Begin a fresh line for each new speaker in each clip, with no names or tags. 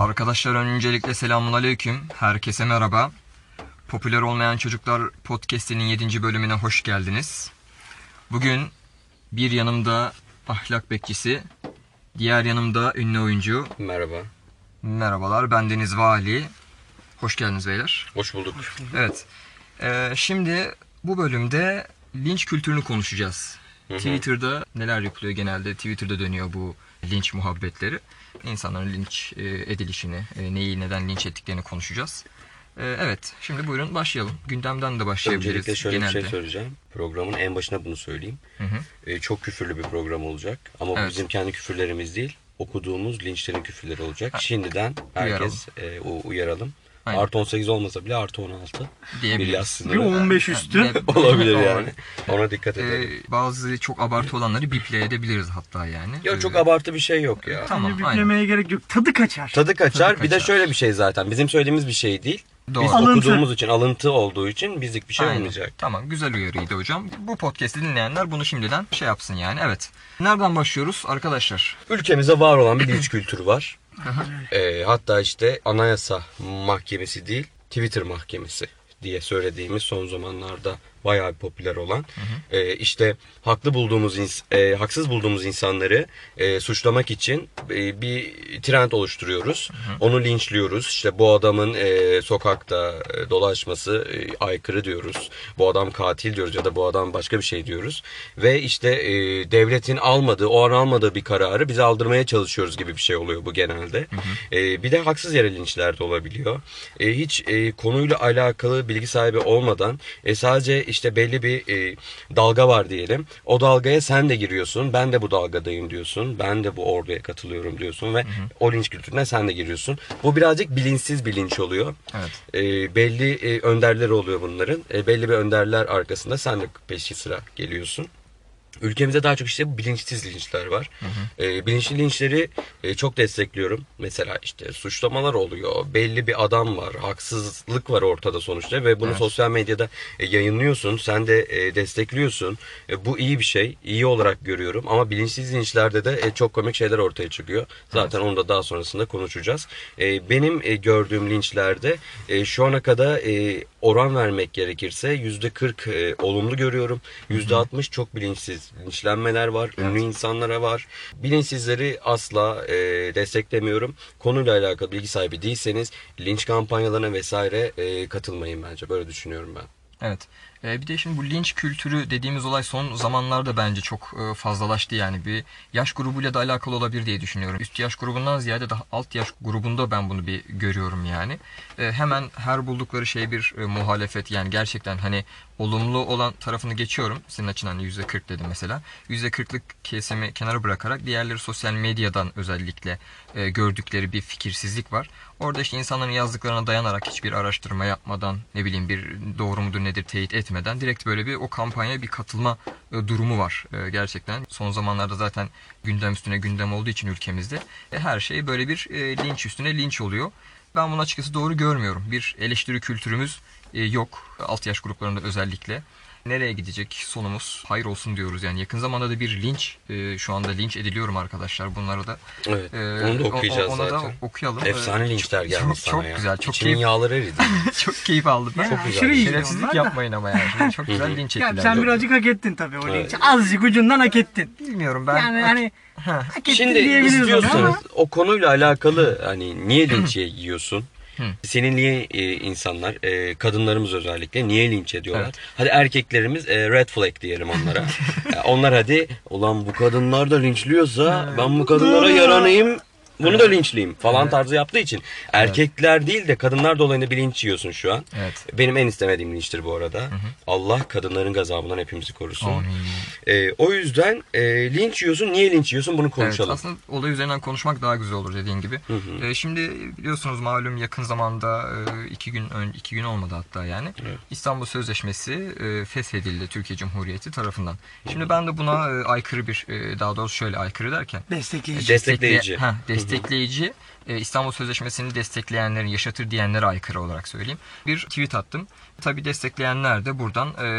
Arkadaşlar öncelikle selamun aleyküm. Herkese merhaba. Popüler Olmayan Çocuklar Podcast'inin 7. bölümüne hoş geldiniz. Bugün bir yanımda ahlak bekçisi, diğer yanımda ünlü oyuncu.
Merhaba.
Merhabalar, ben Deniz Vali. Hoş geldiniz beyler.
Hoş bulduk.
Evet. Ee, şimdi bu bölümde linç kültürünü konuşacağız.
hı.
Twitter'da neler yapılıyor genelde? Twitter'da dönüyor bu linç muhabbetleri. İnsanların linç e, edilişini, e, neyi neden linç ettiklerini konuşacağız. Ee, evet, şimdi buyurun başlayalım. Gündemden de başlayabiliriz
Öncelikle şöyle
genelde.
bir şey söyleyeceğim. Programın en başına bunu söyleyeyim.
hı.
Ee, çok küfürlü bir program olacak. Ama bu
Evet.
bizim kendi küfürlerimiz değil. Okuduğumuz linçlerin küfürleri olacak. Şimdiden
Uyaralım.
herkes e, u- uyaralım.
Aynen.
Artı 18 olmasa bile artı 16.
Diyebiliriz.
Milyas
Bir
sınırı
15 üstü.
Yani-
olabilir yani. Ona dikkat
Ee,
edelim.
bazı çok abartı olanları biple edebiliriz hatta yani.
Yok çok
Ee,
abartı bir şey yok ya.
Tamam, aynen.
Biplemeye gerek yok. Tadı kaçar.
Tadı kaçar.
Tadı
Bir de
kaçar.
şöyle bir şey zaten. Bizim söylediğimiz bir şey değil.
Doğru.
Biz
Alıntı.
okuduğumuz için, alıntı olduğu için bizlik bir şey
Aynen.
olmayacak.
Tamam güzel uyarıydı hocam. Bu podcast'i dinleyenler bunu şimdiden şey yapsın yani evet. Nereden başlıyoruz arkadaşlar?
Ülkemizde var olan bir linç kültürü var. Ee, hatta işte anayasa mahkemesi değil Twitter mahkemesi diye söylediğimiz son zamanlarda bayağı bir popüler olan e, işte haklı bulduğumuz ins- e, haksız bulduğumuz insanları e, suçlamak için e, bir trend oluşturuyoruz. Onu linçliyoruz. İşte bu adamın e, sokakta e, dolaşması e, aykırı diyoruz. Bu adam katil diyoruz ya da bu adam başka bir şey diyoruz. Ve işte e, devletin almadığı, o an almadığı bir kararı bize aldırmaya çalışıyoruz gibi bir şey oluyor bu genelde. E, bir de haksız yere linçler de olabiliyor. E, hiç e, konuyla alakalı bilgi sahibi olmadan e, sadece işte belli bir e, dalga var diyelim. O dalgaya sen de giriyorsun. Ben de bu dalgadayım diyorsun. Ben de bu orduya katılıyorum diyorsun ve o linç kültürüne sen de giriyorsun. Bu birazcık bilinçsiz bir linç oluyor.
Evet.
E, belli e, önderleri oluyor bunların. E, belli bir önderler arkasında sen de peşi sıra geliyorsun. Ülkemizde daha çok işte bu bilinçsiz linçler var. E, bilinçli linçleri e, çok destekliyorum. Mesela işte suçlamalar oluyor. Belli bir adam var. Haksızlık var ortada sonuçta ve bunu sosyal medyada e, yayınlıyorsun. Sen de e, destekliyorsun. E, bu iyi bir şey. iyi olarak görüyorum. Ama bilinçsiz linçlerde de e, çok komik şeyler ortaya çıkıyor. Zaten onu da daha sonrasında konuşacağız. E, benim e, gördüğüm linçlerde e, şu ana kadar e, oran vermek gerekirse %40 e, olumlu görüyorum. %60 çok bilinçsiz linçlenmeler var. Ünlü insanlara var. Bilinçsizleri asla e, desteklemiyorum. Konuyla alakalı bilgi sahibi değilseniz linç kampanyalarına vesaire e, katılmayın bence. Böyle düşünüyorum ben.
Evet. Ee, bir de şimdi bu linç kültürü dediğimiz olay son zamanlarda bence çok e, fazlalaştı yani bir yaş grubuyla da alakalı olabilir diye düşünüyorum. Üst yaş grubundan ziyade daha alt yaş grubunda ben bunu bir görüyorum yani. Ee, hemen her buldukları şey bir e, muhalefet yani gerçekten hani olumlu olan tarafını geçiyorum. Senin açın hani %40 dedim mesela. %40'lık kesimi kenara bırakarak diğerleri sosyal medyadan özellikle e, gördükleri bir fikirsizlik var. Orada işte insanların yazdıklarına dayanarak hiçbir araştırma yapmadan ne bileyim bir doğru mudur nedir teyit etmeden direkt böyle bir o kampanyaya bir katılma e, durumu var e, gerçekten. Son zamanlarda zaten gündem üstüne gündem olduğu için ülkemizde e, her şey böyle bir e, linç üstüne linç oluyor. Ben bunu açıkçası doğru görmüyorum. Bir eleştiri kültürümüz e, yok. Alt yaş gruplarında özellikle. Nereye gidecek sonumuz? Hayır olsun diyoruz yani. Yakın zamanda da bir linç, e, şu anda linç ediliyorum arkadaşlar. Bunları da
Evet.
ee,
onu da
o-
okuyacağız
o- onu
zaten.
da okuyalım.
Efsane
Ee,
linçler
çok-
gelmiş
çok,
sana
çok
ya.
güzel, çok
İçimin
keyif,
yağları eridi.
çok keyif aldım.
Ya,
Ben.
güzel.
aşırı iyi
Şerefsizlik
onlar da.
yapmayın ama yani. Şimdi çok güzel linç
Ya
ettiler.
sen biraz hak ettin tabii o
Evet.
linç. Azıcık ucundan hak ettin.
Bilmiyorum ben.
Yani hani
Ha.
hak ettin
Şimdi
diyebiliriz ona
istiyorsanız
ama
o konuyla alakalı hani niye linç yiyorsun?
Hı.
Seni niye e, insanlar, e, kadınlarımız özellikle niye linç ediyorlar?
Evet.
Hadi erkeklerimiz e, red flag diyelim onlara. E, onlar hadi ulan bu kadınlar da linçliyorsa ben bu kadınlara yaranayım. Bunu da linçleyeyim falan tarzı yaptığı için erkekler değil de kadınlar dolayında bir linç yiyorsun şu an.
Evet.
Benim en istemediğim linçtir bu arada. Allah kadınların gazabından hepimizi korusun.
Amin.
E, o yüzden e, linç yiyorsun, niye linç yiyorsun bunu konuşalım.
Evet, aslında olay üzerinden konuşmak daha güzel olur dediğin gibi. Ee, şimdi biliyorsunuz malum yakın zamanda e, iki gün ön, iki gün olmadı hatta yani İstanbul Sözleşmesi e, feshedildi Türkiye Cumhuriyeti tarafından. Şimdi ben de buna e, aykırı bir e, daha doğrusu şöyle aykırı derken
destekleyici.
Destekleyici.
Ha, destekleyici. e, İstanbul Sözleşmesi'ni destekleyenlerin yaşatır diyenlere aykırı olarak söyleyeyim. Bir tweet attım. Tabii destekleyenler de buradan e,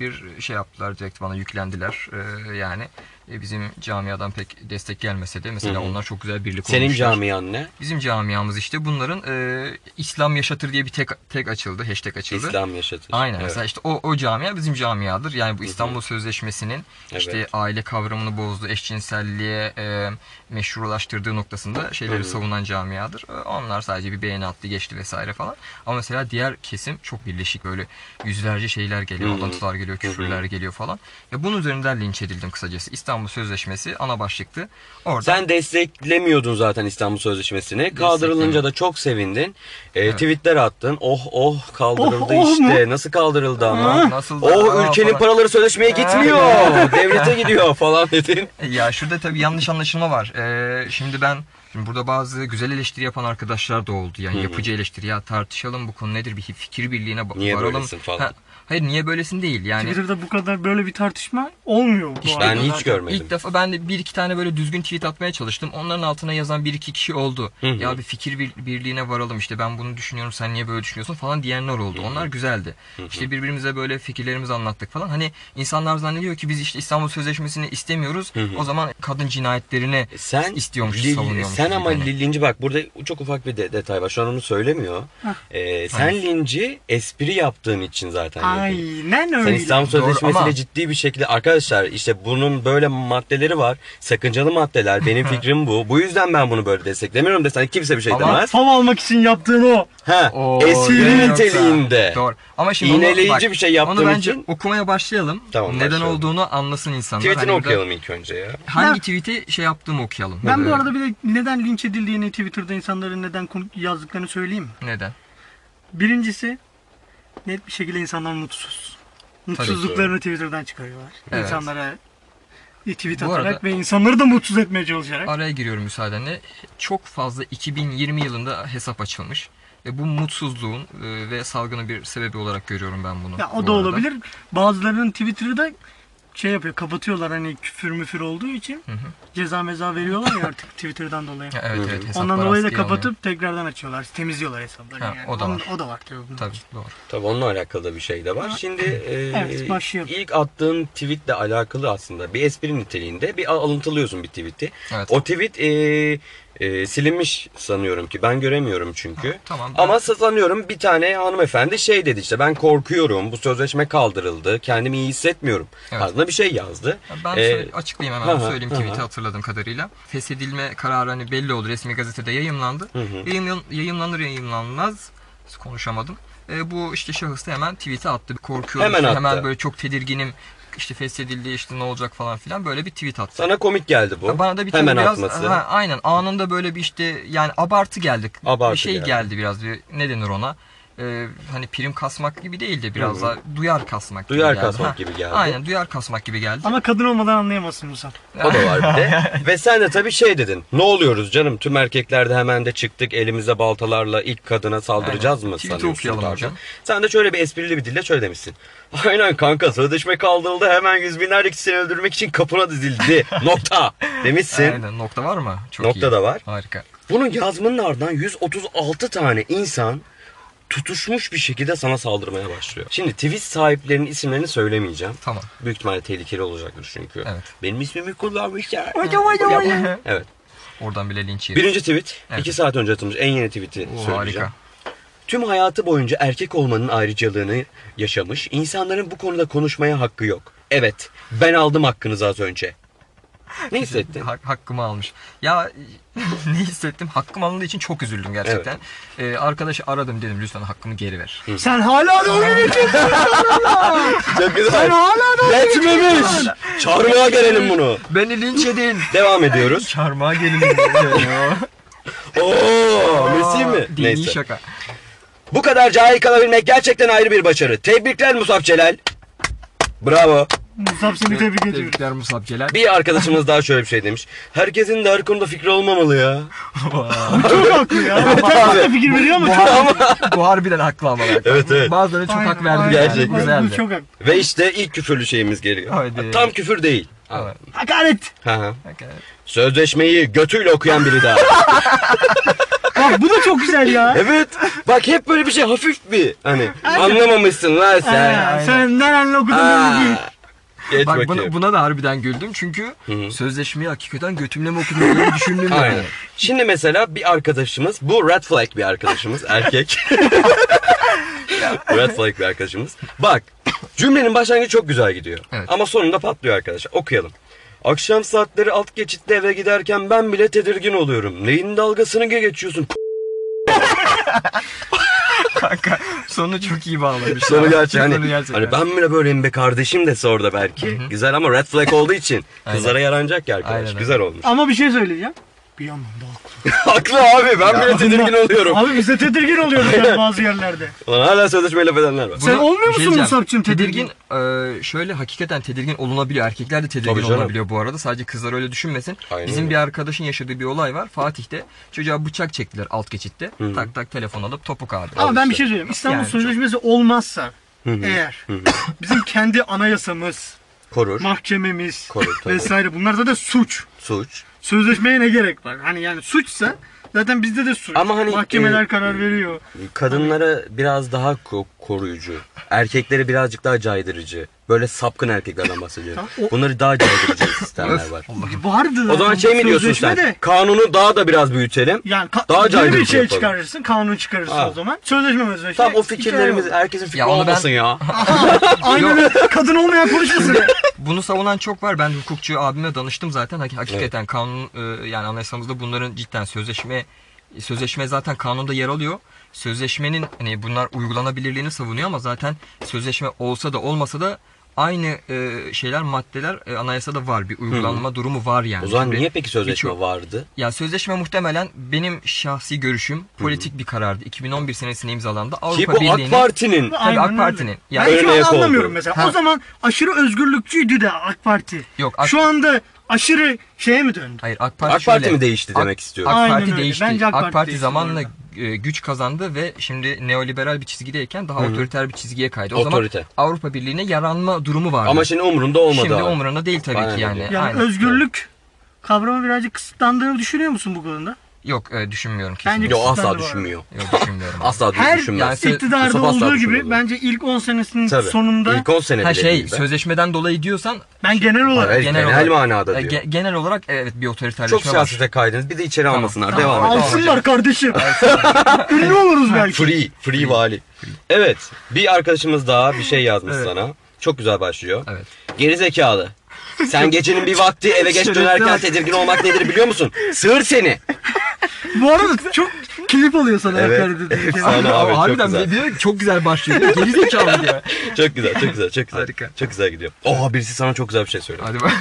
bir şey yaptılar direkt bana yüklendiler. E, yani E, bizim camiadan pek destek gelmese de mesela
Hı hı.
onlar çok güzel birlik
Senin
olmuşlar.
camian ne?
Bizim camiamız işte bunların e, İslam yaşatır diye bir tek tek açıldı, hashtag açıldı.
İslam yaşatır.
Aynen
Evet.
mesela işte o, o camia bizim camiadır. Yani bu İstanbul Sözleşmesi'nin işte
Evet.
aile kavramını bozdu, eşcinselliğe e, meşrulaştırdığı noktasında şeyleri
Hı hı.
savunan camiadır. E, Onlar sadece bir beğeni attı geçti vesaire falan. Ama mesela diğer kesim çok birleşik böyle yüzlerce şeyler geliyor,
Hı hı.
alıntılar geliyor,
Hı hı.
küfürler geliyor falan. Ve bunun üzerinden linç edildim kısacası. İstanbul Sözleşmesi ana başlıktı. Orada
Sen desteklemiyordun zaten İstanbul Sözleşmesi'ni. Kaldırılınca da çok sevindin. Ee, Tweetler attın. Oh oh kaldırıldı
Oh, oh
işte. Nasıl kaldırıldı ama?
Nasıl da-
Oh
Aa,
ülkenin
falan.
paraları sözleşmeye gitmiyor. Devlete gidiyor falan dedin.
Ya şurada tabii yanlış anlaşılma var. Ee, şimdi ben şimdi burada bazı güzel eleştiri yapan arkadaşlar da oldu. Yani yapıcı eleştiri ya tartışalım bu konu nedir bir fikir birliğine ba-
Niye
varalım.
böylesin falan.
hayır niye böylesin değil yani.
Twitter'da bu kadar böyle bir tartışma olmuyor bu arada.
Ben hiç
zaten.
görmedim.
İlk defa ben de bir iki tane böyle düzgün tweet atmaya çalıştım. Onların altına yazan bir iki kişi oldu.
Hı hı.
Ya bir fikir bir- birliğine varalım işte ben bunu düşünüyorum sen niye böyle düşünüyorsun falan diyenler oldu. Onlar güzeldi. İşte birbirimize böyle fikirlerimizi anlattık falan. Hani insanlar zannediyor ki biz işte İstanbul Sözleşmesi'ni istemiyoruz. O zaman kadın cinayetlerini
Sen
istiyormuş,
Lil-
savunuyormuş.
Sen ama
gibi. hani.
Linci bak burada çok ufak bir de- detay var. Şu an onu söylemiyor. Ee, sen
Hangisi?
Linci espri yaptığın için zaten. yedin.
Aynen
Sen
öyle.
İslam
Doğru
Sözleşmesi'yle
ama-
ciddi bir şekilde arkadaşlar işte bunun böyle maddeleri var. Sakıncalı maddeler. Benim fikrim bu. Bu yüzden ben bunu böyle desteklemiyorum desen kimse bir şey
Ama-
demez.
Fav almak için yaptığın o.
Ha,
Oo,
espri
yoksa-
niteliğinde.
Doğru. Ama şimdi
İğneleyici
onu, bak,
bir şey yaptığım
onu bence
için-
okumaya başlayalım.
Tamam,
Neden
başlayalım.
olduğunu anlasın insanlar.
Tweetini
Hani burada
okuyalım ilk önce ya.
Hangi tweet'i şey yaptığımı okuyalım.
Ben bu
Ee,
arada bir de neden linç edildiğini Twitter'da insanların neden kon- yazdıklarını söyleyeyim mi?
Neden?
Birincisi net bir şekilde insanlar mutsuz. Mutsuzluklarını Twitter'dan çıkarıyorlar.
Evet.
İnsanlara e, tweet
Bu
atarak
arada-
ve insanları da mutsuz etmeye çalışarak.
Araya giriyorum müsaadenle. Çok fazla 2020 yılında hesap açılmış. Ve bu mutsuzluğun e, ve salgının bir sebebi olarak görüyorum ben bunu.
Ya o
bu arada.
da olabilir. Bazılarının Twitter'ı da şey yapıyor kapatıyorlar hani küfür müfür olduğu için ceza meza veriyorlar ya artık Twitter'dan dolayı.
Ya Evet evet. hesaplar
Ondan dolayı da
askıya alınıyor.
kapatıp tekrardan açıyorlar. Temizliyorlar hesapları
Ha,
yani.
o da
Onun-
var.
O da var tabii. bunun.
Tabii doğru.
Tabii onunla alakalı bir şey de var. Şimdi e,
Evet, başlayalım.
ilk attığın tweetle alakalı aslında bir espri niteliğinde bir alıntılıyorsun bir tweet'i.
Evet.
O tweet e, e, silinmiş sanıyorum ki ben göremiyorum çünkü.
tamam.
Ama sanıyorum bir tane hanımefendi şey dedi işte ben korkuyorum bu sözleşme kaldırıldı kendimi iyi hissetmiyorum.
Evet.
Aslında bir şey yazdı.
Ben
E,
söyle- açıklayayım hemen
hı hı,
söyleyeyim
hı
tweet'i
hı.
hatırladığım kadarıyla. Feshedilme kararı hani belli oldu resmi gazetede yayımlandı.
hı.
Yayımlan- yayımlanır yayımlanmaz konuşamadım. E, bu işte şahıs da hemen tweet'e attı. Korkuyorum
Hemen
işte,
attı.
hemen böyle çok tedirginim işte feshedildi işte ne olacak falan filan böyle bir tweet attı.
Sana komik geldi bu.
Bana da bir
Hemen
Hemen biraz
atması.
ha, aynen anında böyle bir işte yani abartı geldik.
Abartı
bir şey
geldi.
geldi. biraz bir ne denir ona? Ee, hani prim kasmak gibi değil de biraz
Hı hı.
daha duyar kasmak gibi
Duyar
geldi.
kasmak gibi geldi.
Aynen duyar kasmak gibi geldi.
Ama kadın olmadan anlayamazsın Musa.
O da var bir de. Ve sen de tabii şey dedin. Ne oluyoruz canım? Tüm erkekler de hemen de çıktık. Elimizde baltalarla ilk kadına saldıracağız
Aynen.
mı
Tweet'i
sanıyorsun?
okuyalım
tarzı.
hocam.
Sen de şöyle bir esprili bir dille şöyle demişsin. Aynen kanka sözleşme kaldırıldı. Hemen yüz binlerce kişisini öldürmek için kapına dizildi. Nokta demişsin.
Aynen nokta var mı? Çok
Nokta
iyi.
da var.
Harika.
Bunun yazmanın ardından 136 tane insan tutuşmuş bir şekilde sana saldırmaya başlıyor. Şimdi tweet sahiplerinin isimlerini söylemeyeceğim.
Tamam.
Büyük ihtimalle tehlikeli olacaktır çünkü.
Evet.
Benim ismimi kullanmışlar.
Hocam hocam hocam.
Evet.
Oradan bile linç yedik.
Birinci tweet.
Evet.
2 saat önce atılmış en yeni tweet'i
Oo,
söyleyeceğim.
harika.
Tüm hayatı boyunca erkek olmanın ayrıcalığını yaşamış. insanların bu konuda konuşmaya hakkı yok. Evet. Ben aldım hakkınızı az önce. Ne hissettin?
Hak- hakkımı almış. Ya ne hissettim? Hakkım alındığı için çok üzüldüm gerçekten. Ee, arkadaşı aradım dedim lütfen hakkımı geri ver.
Sen hala da oyun geçiyorsun.
Çok
Sen
güzel.
hala da
Yetmemiş. Çarmıha gelelim bunu.
Beni linç edin.
Devam ediyoruz.
Çarmıha gelin.
Oo, Messi mi?
Dini
Neyse.
şaka.
Bu kadar cahil kalabilmek gerçekten ayrı bir başarı. Tebrikler Musab Celal. Bravo.
Musab seni tebrik ediyorum.
Tebrikler Musab Celal.
Bir arkadaşımız daha şöyle bir şey demiş. Herkesin de her konuda fikri olmamalı ya.
Çok haklı ya. Evet, da fikir veriyor ama çok
Bu harbiden haklı ama. bak.
Evet, evet.
Bazıları çok hak verdi.
Aynen,
yani.
gerçekten.
aynen.
Güzeldi.
Bu çok haklı.
Ve işte ilk küfürlü şeyimiz geliyor.
Haydi.
Tam küfür değil.
Evet.
Hakaret.
Hı hı.
Hakikaten.
Sözleşmeyi götüyle okuyan biri daha.
Bak bu da çok güzel ya.
evet. Bak hep böyle bir şey hafif bir. Hani anlamamışsın lan sen.
Aa, Senden anla okudum.
Aa.
ben de değil.
Et
Bak buna,
bakayım.
buna da harbiden güldüm çünkü
hı.
sözleşmeyi hakikaten götümle mi okudum diye düşündüm yani.
Aynen. Şimdi mesela bir arkadaşımız, bu red flag bir arkadaşımız, erkek. red flag bir arkadaşımız. Bak, cümlenin başlangıcı çok güzel gidiyor.
Evet.
Ama sonunda patlıyor arkadaşlar. Okuyalım. Akşam saatleri alt geçitte eve giderken ben bile tedirgin oluyorum. Neyin dalgasını geçiyorsun?
Kanka sonu çok iyi bağlamış.
Sonu
Ya.
gerçek. Hani,
Sonu gerçek.
hani ben bile böyleyim be kardeşim dese orada belki. Güzel ama red flag olduğu için kızlara yaranacak ya arkadaş.
Aynen,
Güzel olmuş.
Ama bir şey söyleyeceğim. Bir yandan da haklı.
Haklı abi ben bile tedirgin oluyorum.
Abi bize tedirgin oluyoruz yani bazı yerlerde.
Ulan hala sözleşmeyle laf edenler var.
Bunu-
Sen olmuyor
bir şey
musun
diyeceğim.
Musab'cığım tedirgin?
Tedirgin e, şöyle hakikaten tedirgin olunabiliyor. Erkekler de tedirgin
Tabii canım.
olunabiliyor bu arada. Sadece kızlar öyle düşünmesin.
Aynen
Bizim
öyle.
bir arkadaşın yaşadığı bir olay var. Fatih'te çocuğa bıçak çektiler alt geçitte.
hı.
Tak tak telefon alıp topuk abi.
Ama ben
işte.
bir şey söyleyeyim. İstanbul
Yani çok-
Sözleşmesi olmazsa
hı,
eğer bizim kendi anayasamız,
Korur,
mahkememiz
Korur, tabii.
vesaire bunlar zaten suç.
suç.
Sözleşmeye ne gerek var? Hani yani suçsa zaten bizde de suç.
Ama hani,
Mahkemeler
e,
karar veriyor.
Kadınlara biraz daha ko- koruyucu. Erkeklere birazcık daha caydırıcı. Böyle sapkın erkeklerden bahsediyorum.
Tamam,
Bunları daha caydırıcı sistemler var.
Vardı
O zaman
zaten
şey mi diyorsun sen?
sözleşme de-
Kanunu daha da biraz büyütelim.
Yani ka-
Daha
yeni bir
caydırıcı
şey
yapalım.
çıkarırsın, kanun çıkarırsın
Ha.
o zaman. Sözleşme sözleşme.
Tam o
fikirlerimiz.
fikirlerimiz herkesin fikri
Ya onu ben-
olmasın ya.
Aynen öyle. Kadın olmayan konuşmasın.
Bunu savunan çok var. Ben hukukçu abime danıştım zaten. Hak- Hakikaten kanun e, yani anayasamızda bunların cidden sözleşme sözleşme zaten kanunda yer alıyor. Sözleşmenin hani bunlar uygulanabilirliğini savunuyor ama zaten sözleşme olsa da olmasa da aynı e, şeyler maddeler e, anayasada var. Bir uygulanma durumu var yani.
O zaman
Şimdi
niye peki sözleşme
birçok-
vardı?
Ya sözleşme muhtemelen benim şahsi görüşüm politik bir karardı. 2011 senesinde imzalandı.
Ki
Avrupa
bu AK
Birliği'nin
Parti'nin
Tabii AK Parti'nin. Yani-
Yani ben şu
Örnek
an
oldu.
anlamıyorum mesela.
Ha.
O zaman aşırı özgürlükçüydü de AK Parti.
Yok, AK-
Şu anda aşırı şeye mi döndü?
Hayır AK Parti
AK Parti
şöyle-
mi değişti
AK-
demek istiyorum.
AK
Aynen
Parti
öyle.
değişti.
Bence
AK,
AK
Parti,
Parti değişti
zamanla e, güç kazandı ve şimdi neoliberal bir çizgideyken daha otoriter bir çizgiye kaydı. O
Otorite.
zaman Avrupa Birliği'ne yaranma durumu vardı.
Ama şimdi umurunda olmadı
şimdi
abi.
umurunda değil tabii
Aynen
ki yani.
öyle.
Yani
Aynen.
özgürlük kavramı birazcık kısıtlandığını düşünüyor musun bu konuda?
Yok e, düşünmüyorum
Bence
kesinlikle.
Yo asla
Kısıtlandı bu
düşünmüyor.
Yok düşünmüyorum.
Asla
Her
Yani
düşünmez.
sen-
iktidarda
Mustafa asla
olduğu gibi
düşünmüyor.
bence ilk 10 senesinin
Tabii.
sonunda
İlk 10 sene
Ha
bile
şey
değil be.
sözleşmeden dolayı diyorsan
ben genel olarak
Hayır, genel manada
e,
diyor.
ge- genel olarak evet bir otoriterleşme
Çok
var.
siyasete kaydınız. Bir de içeri almasınlar. Devam edelim.
alsınlar kardeşim. Ünlü oluruz belki.
Free, free vali. Evet. Bir arkadaşımız daha bir şey yazmış
Evet.
sana. Çok güzel başlıyor.
Evet.
Geri zekalı. Sen gecenin bir vakti eve geç
Şerefli
dönerken
bak.
tedirgin olmak nedir biliyor musun? Sığır seni.
Bu arada çok keyif alıyor sana
Evet.
hakaret edilirken.
Efsane abi, çok
harbiden
güzel.
diyor ki, çok güzel başlıyor. diyor, Gerizekalı diyor.
Çok güzel, çok güzel, çok güzel.
Harika.
Çok güzel gidiyor. Oha birisi sana çok güzel bir şey söylüyor.
Hadi bak.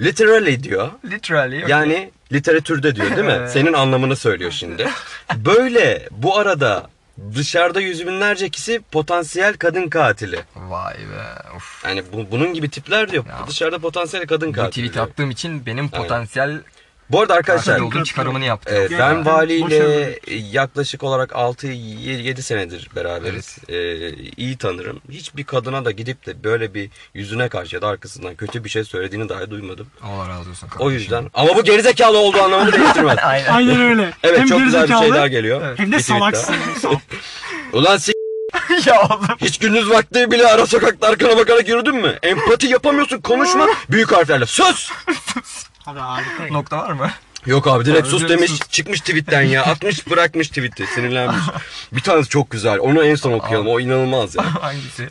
Literally diyor.
Literally. yok.
Yani literatürde diyor değil mi?
Evet.
Senin anlamını söylüyor şimdi. Böyle bu arada dışarıda yüz binlerce kişi potansiyel kadın katili.
Vay be. Of.
Yani bu- bunun gibi tipler diyor.
Ya.
Dışarıda potansiyel kadın
Bu
katili.
tweet
diyor.
attığım için benim potansiyel
Bu arada arkadaşlar
katil olduğum çıkarımını yaptı.
e, ben
Gerçekten
valiyle
başarılı.
yaklaşık olarak 6-7 senedir beraberiz. E, iyi tanırım. Hiçbir kadına da gidip de böyle bir yüzüne karşı ya da arkasından kötü bir şey söylediğini dahi duymadım.
Allah razı olsun.
O
kardeşim.
yüzden ama bu gerizekalı olduğu anlamını değiştirmez.
Aynen.
Aynen öyle.
Evet
hem
çok güzel bir
gerizekalı,
şey daha geliyor.
Evet.
Bir
Hem de
tweet daha.
salaksın.
Ulan s-
ya oğlum.
hiç gündüz vakti bile ara sokakta arkana bakarak yürüdün mü? Empati yapamıyorsun konuşma büyük harflerle. Sus!
Abi harika.
Nokta var mı?
Yok abi direkt
Abi
sus
direkt
demiş
sus.
çıkmış tweetten ya atmış bırakmış tweeti sinirlenmiş. bir tanesi çok güzel onu en son okuyalım o inanılmaz ya.
Hangisi?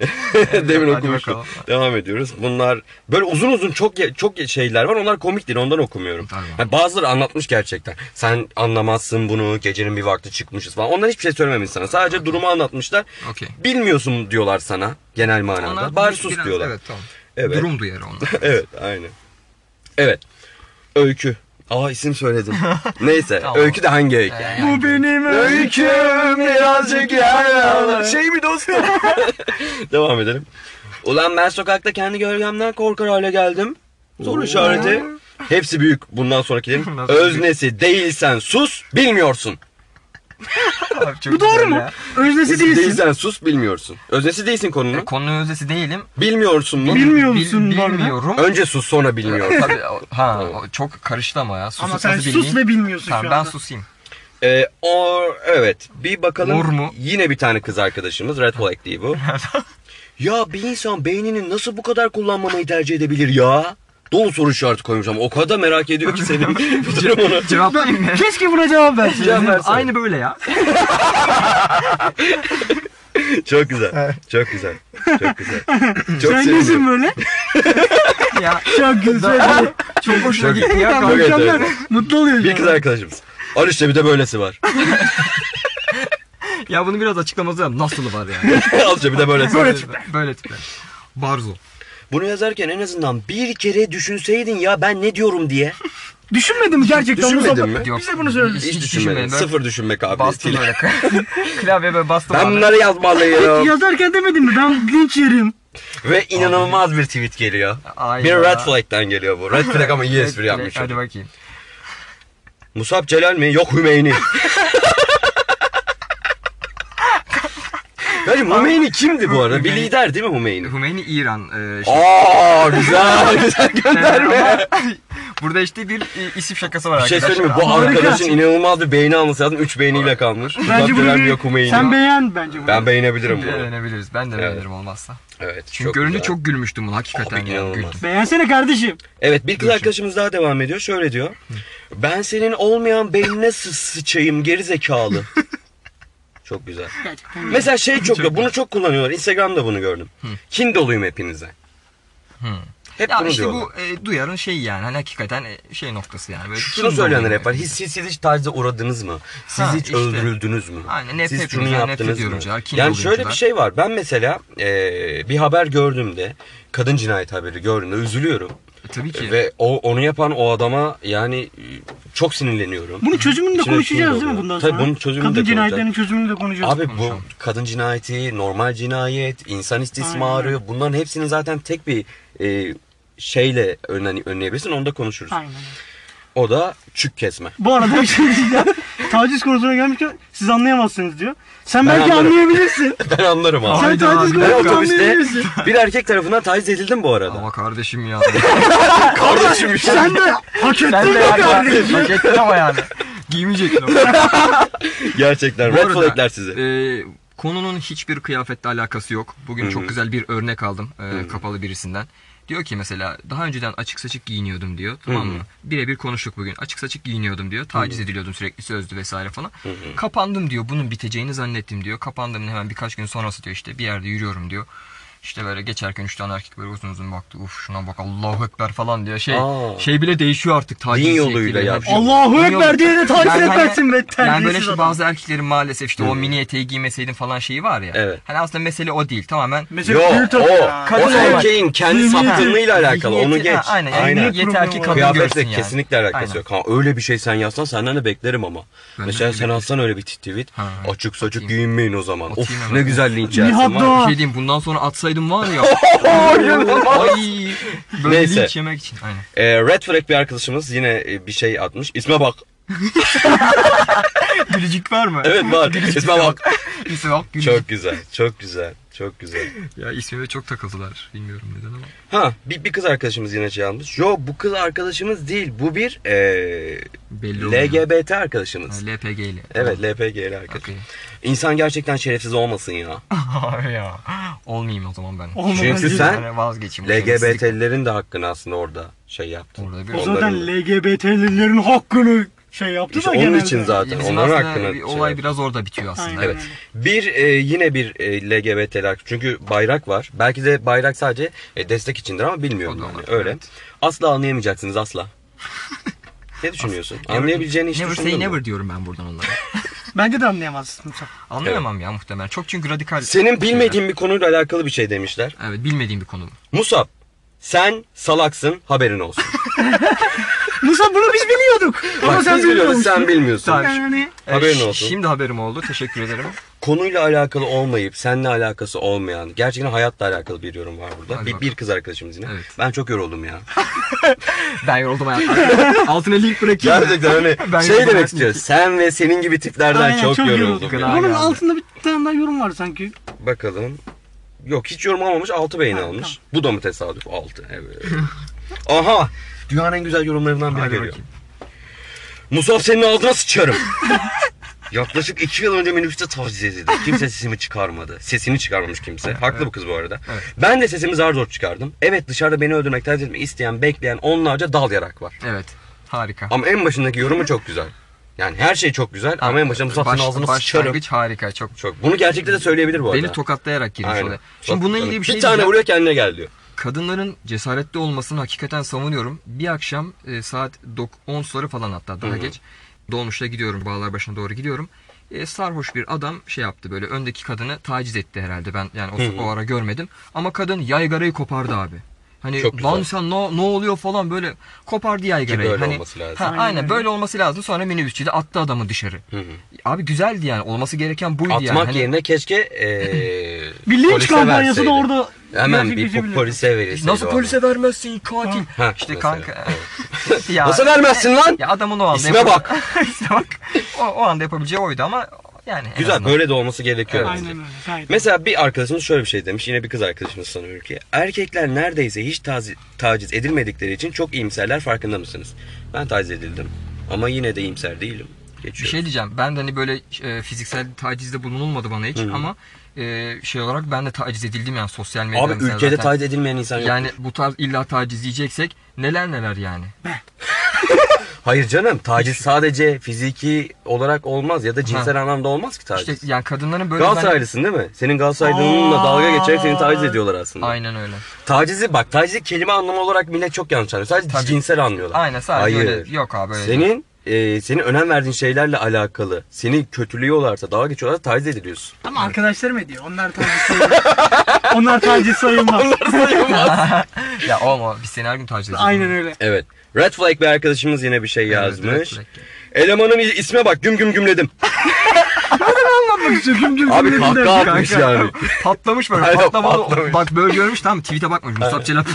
Demin
Hadi
okumuştum.
bakalım.
Devam ediyoruz. Bunlar böyle uzun uzun çok ye- çok ye- şeyler var. Onlar komik değil. Ondan okumuyorum.
Tamam.
Yani bazıları anlatmış gerçekten. Sen anlamazsın bunu. Gecenin bir vakti çıkmışız falan. Onlar hiçbir şey söylememiş sana. Sadece durumu anlatmışlar.
Okey.
Bilmiyorsun diyorlar sana genel manada.
Onlar
Bari
bir-
sus
biraz-
diyorlar.
Evet tamam.
Evet.
Durum duyarı onlar.
Evet, aynı. Evet. Öykü. Aa isim söyledim. Neyse.
Tamam. Ee,
Öykü de hangi öykü?
Yani
Bu benim
Öyküm birazcık yerler. Şey mi dostum? Devam edelim. Ulan ben sokakta kendi gölgemden korkar hale geldim. Soru işareti. Hepsi büyük bundan sonrakilerin.
Nasıl
Öznesi değilsen sus bilmiyorsun.
abi çok
Bu doğru
güzel
mu?
ya.
Öznesi
Öznesi
değilsin.
değilsen sus bilmiyorsun. Öznesi değilsin konunun.
Konunun özesi değilim.
Bilmiyorsun mu?
Bilmiyor
Bil-
musun bu arada?
bilmiyorum.
Önce sus sonra bilmiyorsun.
Tabii, o- ha o çok karıştı ama ya. Sus,
Ama sen sus ve bilmiyorsun şu
Tamam
anda.
ben susayım.
Ee, o, evet bir bakalım
Mor mu?
yine bir tane kız arkadaşımız Red Flag değil bu. Ya bir insan beynini nasıl bu kadar kullanmamayı tercih edebilir ya? Dolu soru işareti koymuş ama o kadar merak ediyor ki senin bu durumunu.
Cevaplayayım mı?
Keşke buna cevap verseydin.
Cevap versene.
Aynı böyle ya.
Çok güzel. Çok güzel. Çok güzel. Çok
Sen
sevindim.
nesin böyle?
ya
Çok güzel.
çok hoşuna
Çok iyi.
gitti ya.
Çok
kanka.
enteresan.
Mükemmel. Mutlu oluyor.
Bir kız arkadaşımız. Al işte bir de böylesi var.
ya bunu biraz açıklaması lazım. Nasıl var yani?
Al işte bir de böylesi var.
Böyle tipler. Böyle tipler. Barzo.
Bunu yazarken en azından bir kere düşünseydin ya ben ne diyorum diye.
Düşünmedin mi gerçekten? bu
Düşünmedin
sohbet-
mi?
Bize bunu söyle.
Hiç
Hiç,
düşünmedim.
düşünmedim.
Ben-
Sıfır düşünme
Bastım
kabiliyetiyle.
böyle. Klavyeye böyle bastım
Ben
abi.
bunları yazmalıyım.
Yazarken demedin mi? Ben linç yerim.
Ve inanılmaz bir tweet geliyor.
Ayda.
Bir red flag'den geliyor bu. Red flag ama iyi
Evet,
espri yapmış.
Hadi bakayım.
Musab Celal mi? Yok Hümeyni. Yani Hümeyni kimdi bu arada? Bir
Hümeyni-
lider değil mi Hümeyni?
Hümeyni İran. e, şey-
Aa güzel güzel gönderme.
Ama Burada işte bir e, isim şakası var
Bir şey
arkadaşlar.
söyleyeyim mi? Bu
Ama-
Harika.
arkadaşın inanılmaz bir beyni alması lazım. Üç beyniyle kalmış.
Bence
Musab
bunu
Celal mi
bir-
yok Hümeyni?
Sen beğen bence bunu.
Ben beğenebilirim bunu.
Beğenebiliriz. Ben de
Evet.
beğenirim olmazsa.
Evet.
Çünkü görünce
güzel.
çok gülmüştüm bunu hakikaten.
Abi,
yani,
inanılmaz.
güldüm.
Beğensene kardeşim.
Evet bir kız
Görüşürüz.
arkadaşımız daha devam ediyor. Şöyle diyor. Ben senin olmayan beynine sı- sıçayım geri zekalı. çok güzel.
Gerçekten.
Mesela şey çok, ya bunu çok kullanıyorlar. Instagram'da bunu gördüm. Kin doluyum hepinize. Hep
Ya
bunu
işte
diyorlar.
bu e, duyarın şeyi yani hani hakikaten e, şey noktası yani. Böyle kim
Şunu söyleyenler
doğru
hep var.
yani.
Hiç, siz, siz hiç tacize uğradınız mı? Siz
Ha,
hiç
işte.
öldürüldünüz mü?
Aynen, hep
siz şunu
hepimizden nefret
yaptınız mı?
ediyoruz ya, kin
yani
doluyumcular.
şöyle bir şey var. Ben mesela eee, bir haber gördüğümde kadın cinayet haberi gördüğümde üzülüyorum.
E, Tabii ki.
Ve o onu yapan o adama yani e, çok sinirleniyorum.
Bunu çözümünü de
İçine
konuşacağız
kim
değil mi
doğuyor?
bundan
Tabii
sonra?
bunun çözümünü
Kadın
de
cinayetlerinin çözümünü de konuşacağız.
Abi bu
konuşalım.
kadın cinayeti, normal cinayet, insan istismarı
Aynen.
bunların hepsini zaten tek bir e, şeyle önlen, önleyebilirsin onu da konuşuruz.
Aynen.
O da çük kesme.
Bu arada bir şey diyeceğim. Taciz konusuna gelmişken siz anlayamazsınız diyor. Sen
Ben
belki
anlarım.
anlayabilirsin.
Ben anlarım abi.
Sen
Hayda,
taciz
bir
Ben
dakika.
konusunda
otobüste
anlayabilirsin.
bir erkek tarafından taciz edildim bu arada.
Ama kardeşim ya.
Kardeşim
Sen de hak ettin
Sen de
be
yani
kardeşim.
hak ettin ama yani. Giymeyecektin ama.
Gerçekten
Bu
red
arada,
flagler size.
e, konunun hiçbir kıyafetle alakası yok. Bugün çok güzel bir örnek aldım e, kapalı birisinden. Diyor ki mesela daha önceden açık saçık giyiniyordum diyor. Tamam mı? Birebir konuştuk bugün. Açık saçık giyiniyordum diyor. Taciz ediliyordum sürekli sözlü vesaire falan. Kapandım diyor. Bunun biteceğini zannettim diyor. Kapandım hemen birkaç gün sonrası diyor işte bir yerde yürüyorum diyor. İşte böyle geçerken üç tane erkek böyle uzun uzun baktı. Uf şuna bak Allahu Ekber falan diyor. Şey
Aa.
şey bile değişiyor artık. taciz
Din yoluyla
şekli,
ya.
her şey.
Allahu
Bilmiyorum.
Ekber diye de taciz
Yani hani-
edersin be
Yani böyle
terbiyesiz
işte
adam.
bazı erkeklerin maalesef işte o mini eteği giymeseydin falan şeyi var ya.
Evet.
Hani aslında mesele o değil tamamen.
Yo
Mesela
o,
Twitter ya.
o
Kadın olmak.
erkeğin kendi
Zihniyeti.
sapkınlığıyla alakalı onu
Zihniyeti-
geç.
Ha, aynen. Yani Yeter ki
Problemi
kadın
var.
görsün
Kıyafetle
yani.
kesinlikle alakası
Aynen.
yok. Ha, öyle bir şey sen yazsan senden de beklerim ama.
Benden
Mesela
de
sen
beklerim.
atsan öyle bir tweet.
Ha,
açık saçık
atayım.
giyinmeyin o zaman.
Atayım
of
hemen.
ne güzel linç yersin.
Nihat
var ya.
Bir
Doğan.
şey diyeyim bundan sonra atsaydım var ya. Ay, böyle
Neyse.
linç yemek için. Aynen.
Ee, Red Flag bir arkadaşımız yine e, bir şey atmış. İsme bak.
Gülücük var mı?
Evet var. İsme bak.
İsmi bak gülücük.
Çok güzel. Çok güzel. Çok güzel.
Ya ismime çok takıldılar. Bilmiyorum neden ama.
Ha bir, bir kız arkadaşımız yine şey almış. Yo bu kız arkadaşımız değil. Bu bir ee,
Belli oluyor.
LGBT arkadaşımız.
Ha, LPG ile.
Evet LPG'li arkadaş.
Okey.
İnsan gerçekten şerefsiz olmasın ya.
Ay ya. Olmayayım o zaman ben.
Olmaz.
Çünkü sen-
Yani vazgeçeyim. bu şerefsizlik.
LGBT'lilerin de hakkını aslında orada şey yaptı.
Orada bir-
O
Onların-
zaten LGBT'lilerin hakkını şey yaptı
İşte
da
onun
genelde.
için zaten.
Bizim
Onların
aslında
hakkını
bir
şey
olay
yaptı.
biraz orada bitiyor aslında.
Aynen.
Evet. Bir e, yine bir e, LGBT'ler çünkü bayrak var. Belki de bayrak sadece e, destek içindir ama bilmiyorum
O da
yani.
olabilir,
Öyle. Asla anlayamayacaksınız asla. ne düşünüyorsun? Anlayabileceğini hiç
never
düşündün
say
mü?
never diyorum ben buradan onlara.
Bence de anlayamazsın. Mustafa.
Anlayamam ya muhtemelen. Çok çünkü radikal.
Senin
şeyler.
bilmediğin bir konuyla alakalı bir şey demişler.
Evet bilmediğim bir konu. bu.
Musab sen salaksın haberin olsun.
Musa bunu biz biliyorduk. Ama
Bak
sen
biz biliyoruz sen
bilmiyormuşsun.
bilmiyorsun.
Tabii.
Yani hani
Haberin
ş-
olsun.
Şimdi haberim oldu. Teşekkür ederim.
Konuyla alakalı olmayıp seninle alakası olmayan gerçekten hayatla alakalı bir yorum var burada.
Hadi
Bir,
bakalım.
bir kız arkadaşımız yine.
Evet.
Ben çok yoruldum ya.
Ben yoruldum hayatım. Altına link bırakayım.
Gerçekten
Ben
hani şey
yoruldum.
demek istiyor. Sen ve senin gibi tiplerden
Aynen,
çok,
çok
yoruldum.
yorulduk.
ya.
Daha
bunun
geldi.
altında bir tane daha yorum var sanki.
Bakalım. Yok hiç yorum almamış 6 beğeni
Ha,
almış. Bu da mı tesadüf 6? Evet. Aha! Dünyanın en güzel yorumlarından biri
Hadi
geliyor.
bakayım.
Musab senin ağzına sıçarım. Yaklaşık iki yıl önce minibüste taciz edildi. Kimse sesimi çıkarmadı. Sesini çıkarmamış kimse. Haklı bu kız bu arada.
Evet.
Ben de sesimi zar zor çıkardım. Evet dışarıda beni öldürmek tercih etme isteyen, bekleyen onlarca dal yarak var.
Evet. Harika.
Ama en başındaki yorumu çok güzel. Yani her şey çok güzel ama en başında zaten
Baş-
ağzını sıçarım.
Başlangıç harika. Çok
Çok. Bunu gerçekte de söyleyebilir bu arada.
Beni tokatlayarak girmiş
Aynen.
olaya. Şimdi bununla ilgili bir şey
Bir tane
diyeceğim.
vuruyor kendine gel diyor.
Kadınların cesaretli olmasını hakikaten savunuyorum. Bir akşam e, saat dok- 10 suları falan hatta daha geç. Dolmuşla gidiyorum. Bağlarbaşı'na doğru gidiyorum. E, sarhoş bir adam şey yaptı böyle öndeki kadını taciz etti herhalde. Ben yani o, o ara görmedim. Ama kadın yaygarayı kopardı abi. Hani
Çok güzel.
lan sen ne, ne oluyor falan böyle kopardı yaygarayı.
böyle
hani,
olması lazım.
Ha,
Aynen
aynen,
öyle.
böyle olması lazım. Sonra minibüsçü de attı adamı dışarı. Abi güzeldi yani. Olması gereken buydu yani.
Atmak
Hani-
yerine keşke eee
Bir linç
polise
kampanyası da
verseydi.
orada
Hemen bir
gerçekleşebilirdi.
po- polise verilseydi.
Nasıl
o
polise
adam.
vermezsin katil?
şey Ha,
işte
mesela,
kanka.
evet.
ya,
Nasıl vermezsin lan?
Ya adamın o anda
İsme
yapa-
bak.
İsme bak. O, o anda yapabileceği oydu ama yani en
Güzel
azından.
böyle de olması gerekiyor. bence.
Aynen öyle. Gayet.
Mesela bir arkadaşımız şöyle bir şey demiş. Yine bir kız arkadaşımız sanıyorum ki. Erkekler neredeyse hiç tazi- taciz edilmedikleri için çok iyimserler farkında mısınız? Ben taciz edildim. Ama yine de iyimser değilim.
Bir
Geçiyorum.
şey diyeceğim. Ben de hani böyle e, fiziksel tacizde bulunulmadı bana hiç ama e, şey olarak ben de taciz edildim yani sosyal medyada.
Abi
mesela
ülkede
zaten.
taciz edilmeyen insan yok.
Yani bu tarz illa taciz diyeceksek neler neler yani.
Hayır canım taciz sadece fiziki olarak olmaz ya da cinsel anlamda olmaz ki taciz.
İşte yani kadınların böyle...
Galatasaraylısın değil mi? Senin Galatasaraylılığınla
Aa.
dalga geçerek seni taciz ediyorlar aslında.
Aynen öyle.
Tacizi bak tacizi kelime anlamı olarak millet çok yanlış anlıyor. Sadece
Tabii.
cinsel anlıyorlar.
Aynen sadece
Hayır.
öyle. Yok abi öyle. değil.
Senin e, senin önem verdiğin şeylerle alakalı seni kötülüyorlarsa dalga geçiyorlarsa taciz ediliyorsun.
Ama arkadaşlarım ediyor. Onlar taciz sayılmaz. Onlar taciz sayılmaz.
Ya olma biz seni her gün taciz ediyoruz.
Aynen öyle.
Evet. Red flag bir arkadaşımız yine bir şey
red
yazmış.
flag.
Elemanın i- isme bak güm güm gümledim.
Bak şu güm güm
Abi
gümlerinden-
kahkaha atmış yani.
Patlamış böyle
Aynen,
patlamalı.
patlamış.
Bak böyle görmüş tamam mı? tweet'e bakmamış. Mustafa Celal.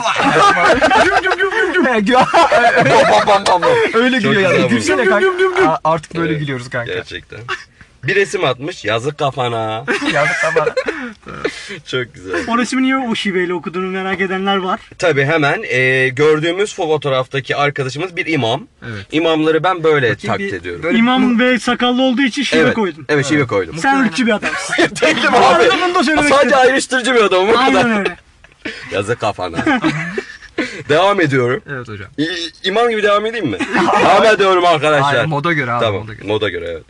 Bam, bam, bam, bam.
Öyle
Çok
gülüyor
güzel
yani.
bu.
Gülsene
Güm
kanka.
güm güm güm.
Aa, Artık böyle
Evet.
gülüyoruz kanka.
Gerçekten. Bir resim atmış. Yazık kafana.
Yazık ama.
Çok güzel.
O resmi niye o şiveyle okuduğunu merak edenler var.
Tabii hemen e, gördüğümüz fotoğraftaki arkadaşımız bir imam.
Evet.
İmamları ben böyle
Bakayım
taklit
bir-
ediyorum.
Böyle
İmam ve sakallı olduğu için şive
evet.
koydun.
Evet şive koydum.
Sen ırkçı bir adamsın.
Değilim
Bu
abi.
arada bunu da söylemek
Sadece
istedim.
ayrıştırıcı bir adamım. bu
Aynen
kadar.
öyle.
Yazık kafana. Devam ediyorum.
Evet hocam.
İ- İmam gibi devam edeyim mi? devam ediyorum arkadaşlar.
Aynen moda göre abi.
tamam.
Moda göre.
Moda göre evet.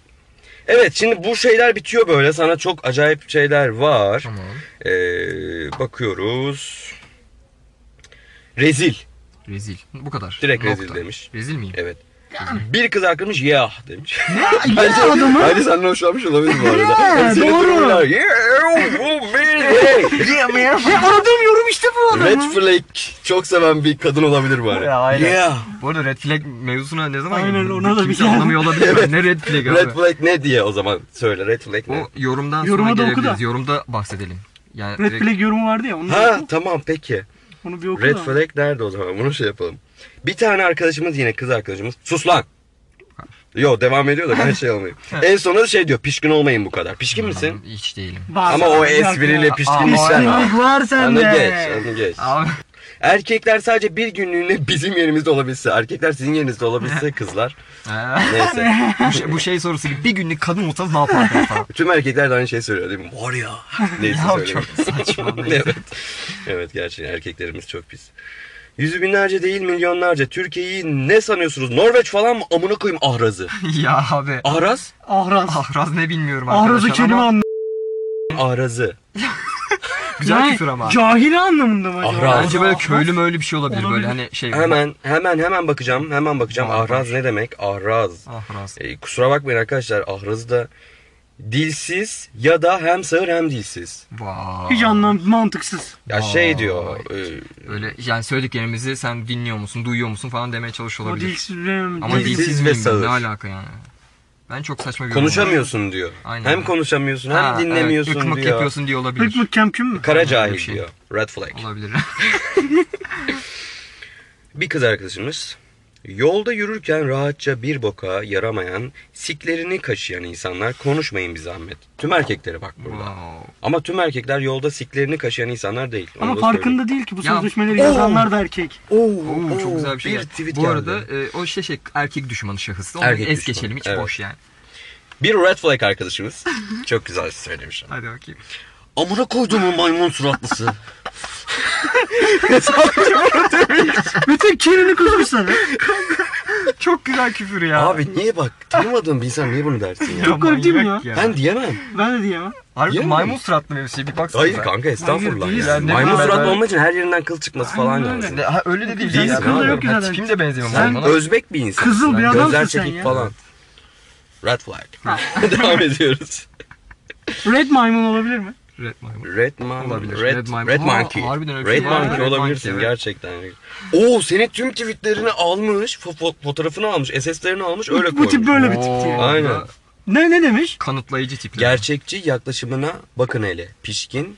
Evet şimdi bu şeyler bitiyor böyle. Sana çok acayip şeyler var.
Tamam.
Ee, bakıyoruz. Rezil.
Rezil. Bu kadar.
Direkt rezil demiş.
Rezil miyim?
Evet. Bir kız arkadaş yah demiş.
Yine adamı.
Ali senden hoşlanmış olabilir bu arada.
Yeah,
Seni
doğru.
durumlar, Yeah, you mean it.
Ve aradığım yorum işte bu
Red
adamı.
Flake çok seven bir kadın olabilir bu arada.
Ya, aynen.
Yeah.
Bu arada red flag mevzusuna ne zaman
Aynen,
girdin?
ona da bir
Kimse
şey-
anlamıyor olabilir. Ne red flag abi?
Red Flag ne diye o zaman söyle Red Flag ne?
O yorumdan
Yoruma da
sonra
oku da.
gelebiliriz. Yorumda bahsedelim. Yani
Red
direkt- Hmm,
Flag yorumu vardı ya onu,
Ha
da oku.
tamam peki.
onu bir oku
Red
da.
Flag nerede o zaman? Bunu şey yapalım. Bir tane arkadaşımız yine kız arkadaşımız. Sus lan. Yo devam ediyor da ben şey olmayayım. en sonunda da şey diyor pişkin olmayın bu kadar. Pişkin misin?
Hiç değilim.
Var
Ama
sende,
o
bir dakika.
espriyle
Aa,
pişkin sen
Pişkinlik
abi.
var
Onu geç,
sende.
onu geç.
Abi.
Erkekler sadece bir günlüğüne bizim yerimizde olabilse, erkekler sizin yerinizde olabilse kızlar. Neyse.
bu, şey, bu şey sorusu gibi bir günlük kadın olsanız ne yapardınız falan.
Tüm erkekler de aynı şeyi söylüyor değil mi? Var ya. Neyse
Ya
söyleyeyim.
çok saçma.
evet. Evet gerçekten erkeklerimiz çok pis. Yüzü binlerce değil milyonlarca. Türkiye'yi ne sanıyorsunuz? Norveç falan mı? Amına koyayım ahrazı.
ya abi.
Ahraz?
Ahraz.
Ahraz ne bilmiyorum
Ahraz'ı
arkadaşlar
kelime
ama
anlamı.
Ahrazı.
güzel
Ne?
küfür ama.
Cahili anlamında mı acaba?
Ahraz.
Bence böyle köylü möylü bir şey olabilir,
Olabilir.
böyle hani şey.
Hemen hemen hemen bakacağım. Hemen bakacağım.
Ahraz.
Ahraz ne demek? Ahraz.
Ahraz.
E, kusura bakmayın arkadaşlar. Ahrazı da dilsiz ya da hem sağır hem dilsiz.
Vay.
Hiç anlam mantıksız.
Ya şey diyor. e,
Öyle yani söylediklerimizi sen dinliyor musun, duyuyor musun falan demeye çalışıyor
O
olabilir.
dilsiz.
Ama
Dilsiz
dilsiz,
ve
miyim ben?
sağır.
Ne alaka yani? Ben çok saçma bir yorum
konuşamıyorsun diyor.
Aynen.
Hem konuşamıyorsun
yaptım.
hem
Ha,
dinlemiyorsun
evet, ıkmık
diyor.
yapıyorsun diye olabilir.
Hıkmık kemküm mü?
Kara
Öyle
cahil
bir şey.
diyor. Red flag.
Olabilir.
Bir kız arkadaşımız yolda yürürken rahatça bir boka yaramayan, siklerini kaşıyan insanlar konuşmayın bir zahmet. Tüm erkeklere bak burada.
wow.
Ama tüm erkekler yolda siklerini kaşıyan insanlar değil. Onu
Ama
da
farkında değil ki bu
Ya-
sözleşmeleri
Oo.
yazanlar da erkek.
söyleyeyim.
Oo, çok güzel bir şey.
Bir
geldi.
tweet
Bu
geldi.
arada e, o şey, şey erkek düşmanı şahıs. Onu
Erkek
es
düşmanı,
geçelim hiç
evet.
boş yani.
Bir red flag arkadaşımız. Çok güzel söylemiş. ama.
Hadi bakayım.
Amına koyduğumun maymun suratlısı.
Bütün kirini kusmuşsun.
Çok güzel küfür ya.
Abi niye bak tanımadığın bir insan niye bunu dersin ya?
Çok garip değil mi
manyak
ya?
Ben diyemem.
ben de diyemem.
Harbi
Yemin
maymun suratlı mevsi bir baksana.
Hayır kanka estağfurullah yani.
Hayır, değil.
Yani ne
Maymun
bileyim
suratlı
ben-
olmak için her yerinden kıl çıkması falan
Aynen
lazım.
öyle.
Ne, ha, öyle de değil.
Sen
Değil
de
abi.
kılda
yok ki
Ha,
zaten.
Tipim de benzemiyor
Sen
maymuna.
Özbek bir insan.
Kızıl bir adamsın
Gözler
sen
çekik
ya.
falan. Red flag. Devam ediyoruz.
Red maymun olabilir mi?
Red maymun.
Red man,
Olabilir.
Red,
Red
red,
man- Aa,
monkey.
harbiden öyle bir
red
şey var.
monkey
Red
olabilirsin
monkey, evet.
gerçekten. Oo senin tüm tweetlerini almış, fo- fo- fotoğrafını almış, SS'lerini almış öyle
Bu
koymuş.
tip böyle bir tip
Oo,
diye.
Aynen.
da
Ne ne demiş?
Kanıtlayıcı tipler.
Gerçekçi yaklaşımına bakın hele. Pişkin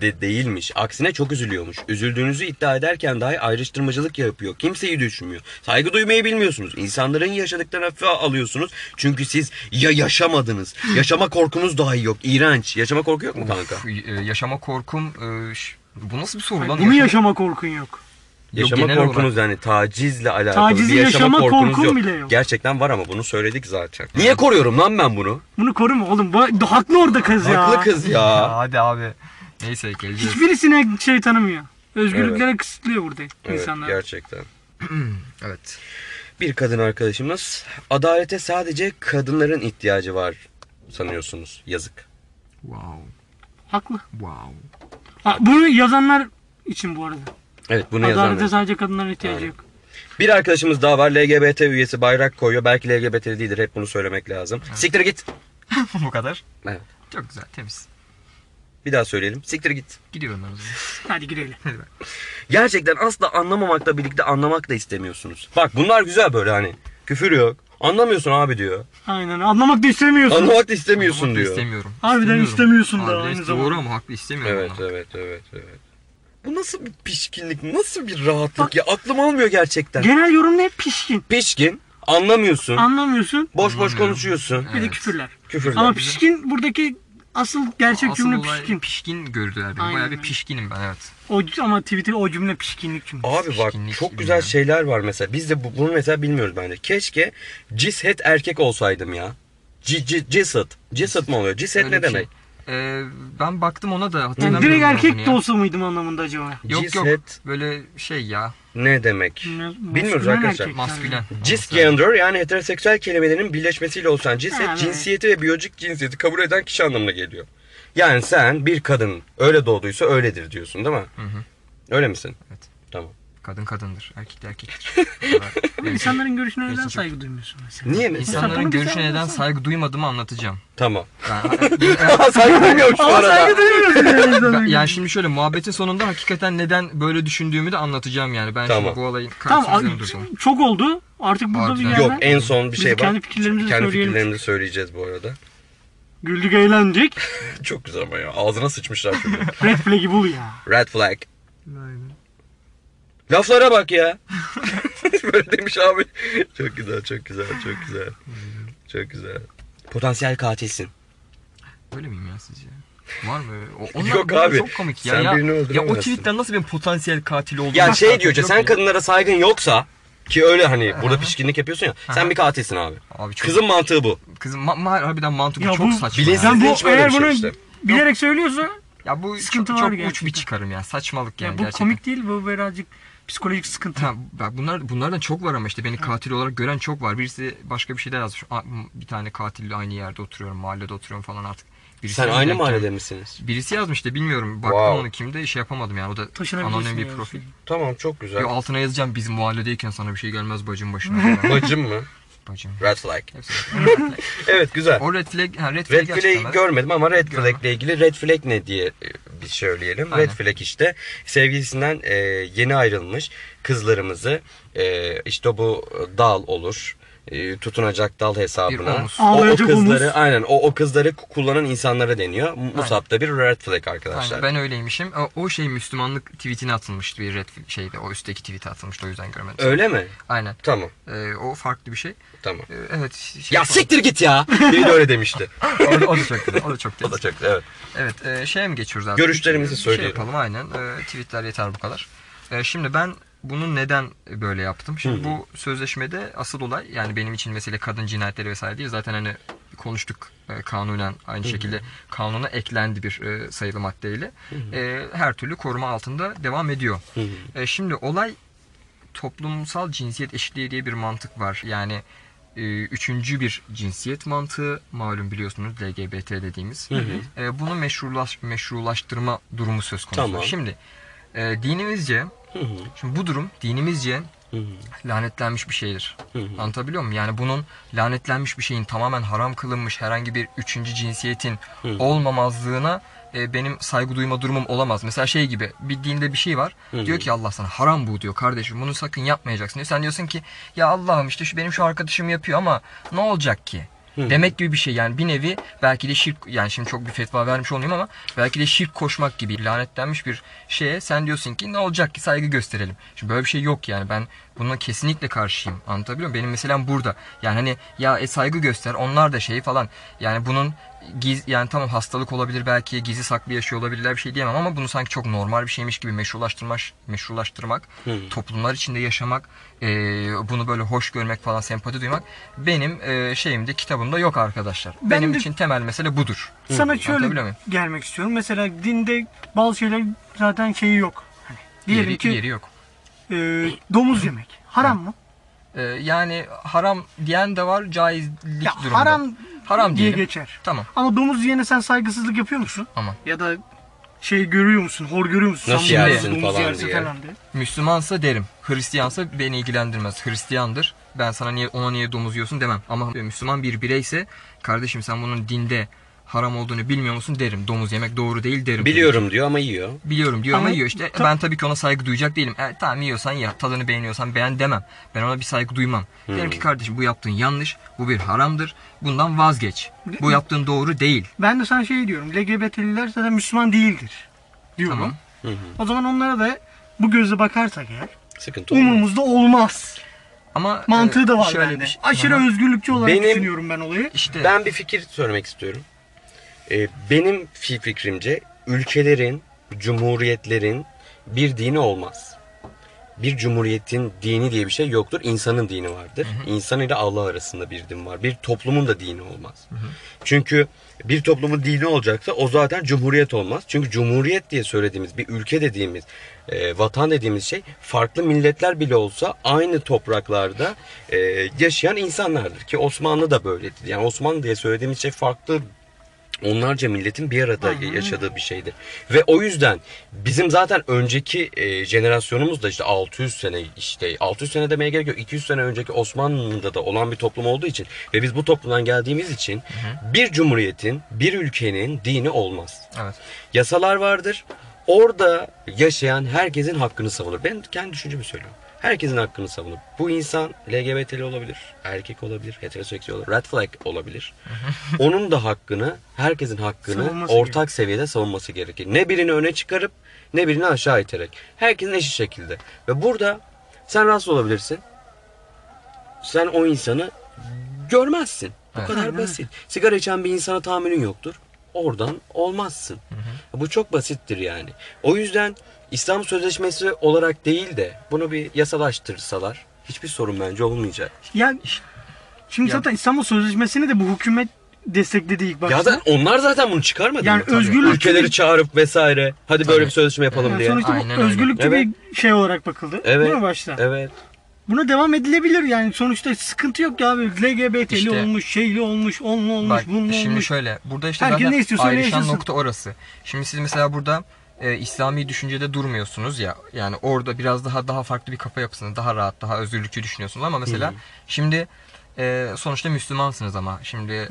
de değilmiş. Aksine çok üzülüyormuş. Üzüldüğünüzü iddia ederken dahi ayrıştırmacılık yapıyor. Kimseyi düşünmüyor. Saygı duymayı bilmiyorsunuz. İnsanların yaşadıklarını hafife alıyorsunuz. Çünkü siz ya yaşamadınız. Yaşama korkunuz dahi yok. İğrenç. Yaşama korku yok mu kanka?
Of, e, yaşama korkum. e, ş- bu nasıl bir soru lan?
Bunu yaşama korkun yok.
Yok,
Yaşama
genel
korkunuz yani tacizle alakalı
Tacizi
bir yaşama,
yaşama
korkunuz yok.
korkum bile yok.
Gerçekten var ama bunu söyledik zaten. Niye koruyorum lan ben bunu?
Bunu koruma oğlum. Ba- Haklı orada kız ya.
Haklı kız
Ya,
ya.
hadi abi. Neyse geleceğiz.
Hiçbirisine şey tanımıyor. Özgürlüklere kısıtlıyor burada
Evet,
insanlar.
gerçekten.
Evet.
Bir kadın arkadaşımız adalete sadece kadınların ihtiyacı var sanıyorsunuz. Yazık.
Wow.
Haklı.
Wow.
Ha, bunu yazanlar için bu arada.
Evet bunu
Adalete
yazan.
sadece kadınların ihtiyacı
Aynen.
yok.
Bir arkadaşımız daha var LGBT üyesi bayrak koyuyor. Belki LGBT değildir hep bunu söylemek lazım. Siktir git.
bu kadar.
Evet.
Çok güzel temiz.
Bir daha söyleyelim. Siktir git.
Gidiyorum ben o zaman.
Hadi girelim.
Gerçekten asla anlamamakla birlikte anlamak da istemiyorsunuz. Bak bunlar güzel böyle hani. Küfür yok. Anlamıyorsun abi diyor.
Aynen. Anlamak da istemiyorsun.
Anlamak da istemiyorsun
Anlamak da
diyor.
İstemiyorum.
Harbiden
İstemiyorum.
istemiyorsun da
Harbiden
aynı
iste-
zamanda.
Doğru ama haklı istemiyorum.
Evet
ama.
evet evet evet. Bu nasıl bir pişkinlik, nasıl bir rahatlık ya aklım almıyor gerçekten.
Genel yorumda hep pişkin.
Pişkin, anlamıyorsun,
Anlamıyorsun.
boş boş
Anlamıyorum.
konuşuyorsun.
Bir de
Evet.
küfürler.
Küfürler.
Ama pişkin buradeki asıl gerçek
Asıl
cümle
olay
pişkin.
Pişkin gördüler beni. Bayağı
Aynen
bir
öyle.
pişkinim ben evet.
O, ama Twitter o cümle pişkinlik cümlesi.
Abi bak
Pişkinlik
çok
gibi
güzel
ya.
şeyler var mesela. Biz de bu- bunu mesela bilmiyoruz bence. Keşke cishet erkek olsaydım ya. C- c- cishet. Cishet mi oluyor? Cishet
Öyle
ne
bir şey.
demek?
Ee, ben baktım ona da
Yani
hatırlamıyorum.
direkt
adını
erkek de
ya.
olsa mıydım anlamında acaba?
Yok yok
Cishet
böyle şey ya
ne demek?
Bilmiyorum
Bilmiyoruz arkadaşlar.
maskülen.
Cisgender yani heteroseksüel kelimelerin birleşmesiyle oluşan cinsiyet
Evet.
cinsiyeti ve biyolojik cinsiyeti kabul eden kişi anlamına geliyor. Yani sen bir kadın öyle doğduysa öyledir diyorsun değil mi?
hı.
Öyle misin?
Evet.
Tamam.
Kadın kadındır, erkek de erkektir.
İnsanların görüşüne neden
Geçici.
saygı duymuyorsun mesela?
Niye mesela?
İnsanların
Sapan
görüşüne
güzel
neden
olsun.
saygı duymadığımı anlatacağım.
Tamam.
Ben-
saygı duymuyorum şu
Ama
arada.
saygı duymuyorsun yani
ben- yani
insanların görüşüne.
şimdi şöyle muhabbetin sonunda hakikaten neden böyle düşündüğümü de anlatacağım yani. Ben
Tamam.
şimdi bu olayın karşısında
Tamam
tamam, durdum.
a- çok oldu. Artık burada bir
Harbiden. e-
yerden
Yok en son bir
Biz
şey var.
kendi fikirlerimizi
Kendi
söyleyelim.
fikirlerimizi söyleyeceğiz bu arada.
güldük eğlendik.
Çok güzel ama ya. Ağzına sıçmışlar şimdi.
Red flag'i bul ya.
Red flag. Laflara bak ya. Böyle demiş abi. Çok güzel, çok güzel, çok güzel. Çok güzel. Potansiyel katilsin.
Böyle miyim ya sizce? Var mı? O, onlar-
Yok
bunlar
abi,
Çok komik ya.
sen
ya,
birini
ya o
öldüremezsin.
tweetten nasıl bir potansiyel katil olduğunu...
Ya şey
hakikaten
diyor işte
yok
sen
ya.
kadınlara saygın yoksa ki öyle hani burada pişkinlik yapıyorsun ya sen bir katilsin abi.
Abi çok, kızım,
Kızın mantığı bu.
kızım ma- ma- harbiden mantıklı
Ya
çok
bu-
saçma.
Bilezik-
ya.
Sen bu
hiç böyle
eğer
bir şey
bunu
işte.
bilerek söylüyorsa
Ya bu çok,
Sıkıntı var
çok uç bir
gerçekten.
çıkarım ya. Saçmalık yani
ya bu
gerçekten.
komik değil bu birazcık psikolojik sıkıntı.
Ha, bak bunlar bunlardan çok var ama işte beni katil olarak gören çok var. Birisi başka bir şey de yazmış. "A- m- Bir tane katille aynı yerde oturuyorum, mahallede oturuyorum falan artık. Birisi
Sen
şey
yazmış
aynı
yani
mahallede
kim-
misiniz?
Birisi yazmış da bilmiyorum. Baktım
Wow.
onu kimde şey yapamadım yani. O da
Taşınabilirsin
anonim bir
yani.
profil.
Tamam çok güzel.
Yo, altına yazacağım biz mahalledeyken sana bir şey gelmez bacım başına. falan.
Bacım mı?
bacım.
Red flag.
Hepsi red flag.
Evet güzel.
o red flag, ha, red
Red
flag
flag'i görmedim ama red flag ile ilgili red flag ne diye e, bir söyleyelim.
Aynen.
Red flag işte sevgilisinden e, yeni ayrılmış kızlarımızı e, işte bu dal olur e, tutunacak dal
Bir
hesabına
omuz.
o, o
Ağlayacak
kızları
omuz.
aynen o, o kızları kullanan insanlara deniyor. Musab da bir red flag arkadaşlar.
Aynen, ben öyleymişim. O, o şey Müslümanlık tweetine atılmıştı bir red flag- şeyde. O üstteki tweete atılmıştı o yüzden görmedim.
Öyle mi?
Aynen.
Tamam.
Ee, o farklı bir şey.
Tamam.
Ee, evet. Şey
Ya siktir git ya. Biri de öyle demişti.
o, da- o da çok güzel. O da çok
O da
güzel.
çok evet.
Evet, e, şeye mi geçiyoruz artık?
Görüşlerimizi
Bir
söyleyelim.
Şey yapalım aynen. E, tweetler yeter bu kadar. E, şimdi ben bunu neden böyle yaptım? Şimdi bu sözleşmede asıl olay yani benim için mesele kadın cinayetleri vesaire değil. Zaten hani konuştuk e, kanunen aynı şekilde kanuna eklendi bir e, sayılı maddeyle. E, her türlü koruma altında devam ediyor. E, şimdi olay toplumsal cinsiyet eşitliği diye bir mantık var. Yani e, üçüncü bir cinsiyet mantığı malum biliyorsunuz LGBT dediğimiz. E, bunu meşrulaş, meşrulaştırma durumu söz konusu.
Tamam.
Şimdi e, dinimizce şimdi bu durum dinimizce lanetlenmiş bir şeydir. Anlatabiliyor muyum? Yani bunun lanetlenmiş bir şeyin tamamen haram kılınmış herhangi bir üçüncü cinsiyetin olmamazlığına e, benim saygı duyma durumum olamaz. Mesela şey gibi bir dinde bir şey var. Diyor ki Allah sana haram bu diyor kardeşim bunu sakın yapmayacaksın diyor. Sen diyorsun ki ya Allah'ım işte şu benim şu arkadaşım yapıyor ama ne olacak ki? Demek gibi bir şey yani bir nevi belki de şirk yani şimdi çok bir fetva vermiş olmayayım ama belki de şirk koşmak gibi lanetlenmiş bir şeye sen diyorsun ki ne olacak ki saygı gösterelim. Şimdi böyle bir şey yok yani ben buna kesinlikle karşıyım anlatabiliyor muyum? Benim meselem burada yani hani ya e, saygı göster onlar da şey falan yani bunun giz, yani tamam hastalık olabilir belki gizli saklı yaşıyor olabilirler bir şey diyemem ama bunu sanki çok normal bir şeymiş gibi meşrulaştırmak, meşrulaştırmak toplumlar içinde yaşamak, e, bunu böyle hoş görmek falan sempati duymak benim e, şeyimde kitabımda yok arkadaşlar.
Ben
benim
de-
için temel mesele budur.
Sana
Anlatabiliyor
şöyle
muyum?
gelmek istiyorum. Mesela dinde bazı şeyler zaten şeyi yok. Hani diyelim
Yeri,
ki
yeri yok.
e, domuz yemek haram mı?
E, yani haram diyen de var caizlik
Ya
durumunda.
haram,
Haram
diye
diyelim.
geçer.
Tamam
Ama domuz yiyene sen saygısızlık yapıyor musun?
ama
Ya da şey görüyor musun? Hor görüyor musun?
Nasıl
Sen bunu
yersin
domuz
falan
yersin
diye.
falan diye.
Müslümansa derim. Hristiyansa beni ilgilendirmez. Hristiyandır. Ben sana niye ona niye domuz yiyorsun demem. Ama Müslüman bir bireyse kardeşim sen bunun dinde haram olduğunu bilmiyor musun derim. Domuz yemek doğru değil derim.
Biliyorum diyor ama yiyor.
Biliyorum diyor ama,
Ama
yiyor işte.
ta-
ben tabii ki ona saygı duyacak değilim. E, tamam yiyorsan ya tadını beğeniyorsan beğen demem. Ben ona bir saygı duymam. Derim ki kardeşim bu yaptığın yanlış. Bu bir haramdır. Bundan vazgeç. Bu yaptığın doğru değil.
Ben de sana şey diyorum. LGBT'liler zaten Müslüman değildir. Diyorum.
Tamam.
Hı hı.
O zaman onlara da bu gözle bakarsak eğer
Sıkıntı olmuyor.
umurumuzda olmaz.
Ama e,
Mantığı da var
şöyle
bende.
bir şey-
Aşırı
Aha.
özgürlükçü olarak
Benim-
düşünüyorum ben olayı.
İşte
Ben bir fikir söylemek istiyorum. Ee, benim fi- fikrimce ülkelerin, cumhuriyetlerin bir dini olmaz. Bir cumhuriyetin dini diye bir şey yoktur. İnsanın dini vardır. İnsan ile Allah arasında bir din var. Bir toplumun da dini olmaz. Çünkü bir toplumun dini olacaksa o zaten cumhuriyet olmaz. Çünkü cumhuriyet diye söylediğimiz bir ülke dediğimiz, e, vatan dediğimiz şey farklı milletler bile olsa aynı topraklarda e, yaşayan insanlardır. Ki Osmanlı da böyledir. Yani Osmanlı diye söylediğimiz şey farklı onlarca milletin bir arada yaşadığı bir şeydir. Ve o yüzden bizim zaten önceki e, jenerasyonumuz da işte 600 sene işte 600 sene demeye gerek yok. 200 sene önceki Osmanlı'da da olan bir toplum olduğu için ve biz bu toplumdan geldiğimiz için bir cumhuriyetin, bir ülkenin dini olmaz
Evet.
yasalar vardır. Orada yaşayan herkesin hakkını savunur. Ben kendi düşüncemi söylüyorum. Herkesin hakkını savunur. Bu insan LGBT'li olabilir, erkek olabilir, heteroseksüel olabilir, red flag olabilir. Onun da hakkını, herkesin hakkını
Savunması
ortak seviyede savunması gerekir. Ne birini öne çıkarıp ne birini aşağı iterek. Herkesin eşit şekilde. Ve burada sen rahatsız olabilirsin. Sen o insanı görmezsin. Bu
Evet.
kadar basit. Sigara içen bir insana tahammülün yoktur. Oradan olmazsın. Bu çok basittir yani. O yüzden İslam Sözleşmesi olarak değil de bunu bir yasalaştırsalar hiçbir sorun bence olmayacak.
Ya şimdi
Ya-
zaten İstanbul Sözleşmesi'ni de bu hükümet destekledi ilk başta.
Ya da onlar zaten bunu çıkarmadı
Yani
mı? Tabii.
özgürlükçü bir-
Ülkeleri çağırıp vesaire. Hadi
Tabii.
böyle bir sözleşme yapalım
Yani
diye.
sonuçta bu
Aynen öyle.
özgürlükçü
Evet.
bir şey olarak bakıldı.
Evet.
Değil mi başta?
Evet.
Buna devam edilebilir yani sonuçta sıkıntı yok ya abi. LGBT'li
İşte-
olmuş, şeyli olmuş, onlu olmuş,
Bak
bunlu
şimdi
olmuş.
şöyle burada işte
Herkes ne
zaten
istiyorsa öyle
ayrışan
yaşasın.
nokta orası. Şimdi siz mesela burada e, İslami düşüncede durmuyorsunuz ya yani orada biraz daha daha farklı bir kafa yapısını daha rahat daha özgürlükçü düşünüyorsunuz ama mesela şimdi e, sonuçta Müslümansınız ama şimdi e,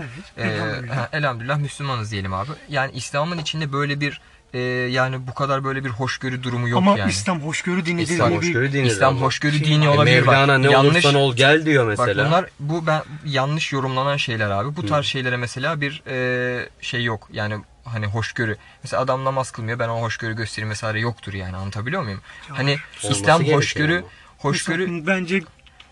elhamdülillah.
ha, elhamdülillah Müslümanız diyelim abi. Yani İslam'ın içinde böyle bir e, yani bu kadar böyle bir hoşgörü durumu yok
Ama
yani.
İslam hoşgörü dinidir.
İslam
bu bir-
hoşgörü dinidir
İslam
ama.
hoşgörü
Şey-
dini
E,
olabilir. bak.
Mevlana ne
yanlış,
olursan ol gel diyor mesela.
Bak bunlar bu ben yanlış yorumlanan şeyler abi. Bu tarz şeylere mesela bir e, şey yok. Yani hani hoşgörü. Mesela adam namaz kılmıyor ben o hoşgörü göstereyim vesaire yoktur yani anlatabiliyor muyum? Hani
Olması
İslam
gereken
hoşgörü
ama.
hoşgörü
bence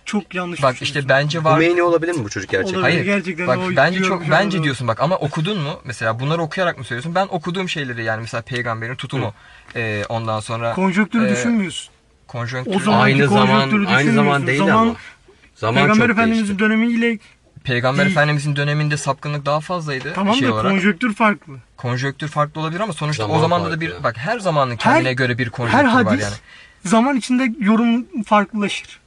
çok yanlış
bak işte
düşünüyorsun.
bence var.
Hümeyni olabilir mi bu çocuk gerçekten?
Olabilir.
Hayır.
Gerçekten
bak
o
bence
diyorum
çok
şu
bence
anda.
diyorsun bak ama okudun mu? Mesela bunları okuyarak mı söylüyorsun? Ben okuduğum şeyleri yani mesela peygamberin tutumu e, ondan sonra
konjonktürü
e,
düşünmüyorsun.
konjonktür-
O zamanki
Aynı zaman
konjonktürü
aynı zaman
düşünmüyorsun.
değil
Zaman-
ama. Zaman
Peygamber
çok
Efendimiz'in
değişti.
dönemiyle
Peygamber
Değil.
Efendimizin döneminde sapkınlık daha fazlaydı
Tamam
şey
da
olarak.
konjöktür farklı.
konjöktür farklı olabilir ama sonuçta
Zaman
o zamanda da
farklı
bir
ya.
bak her zamanın kendine
Her-
göre bir
Her
konjöktür var
hadis
yani.
zaman içinde yorum farklılaşır.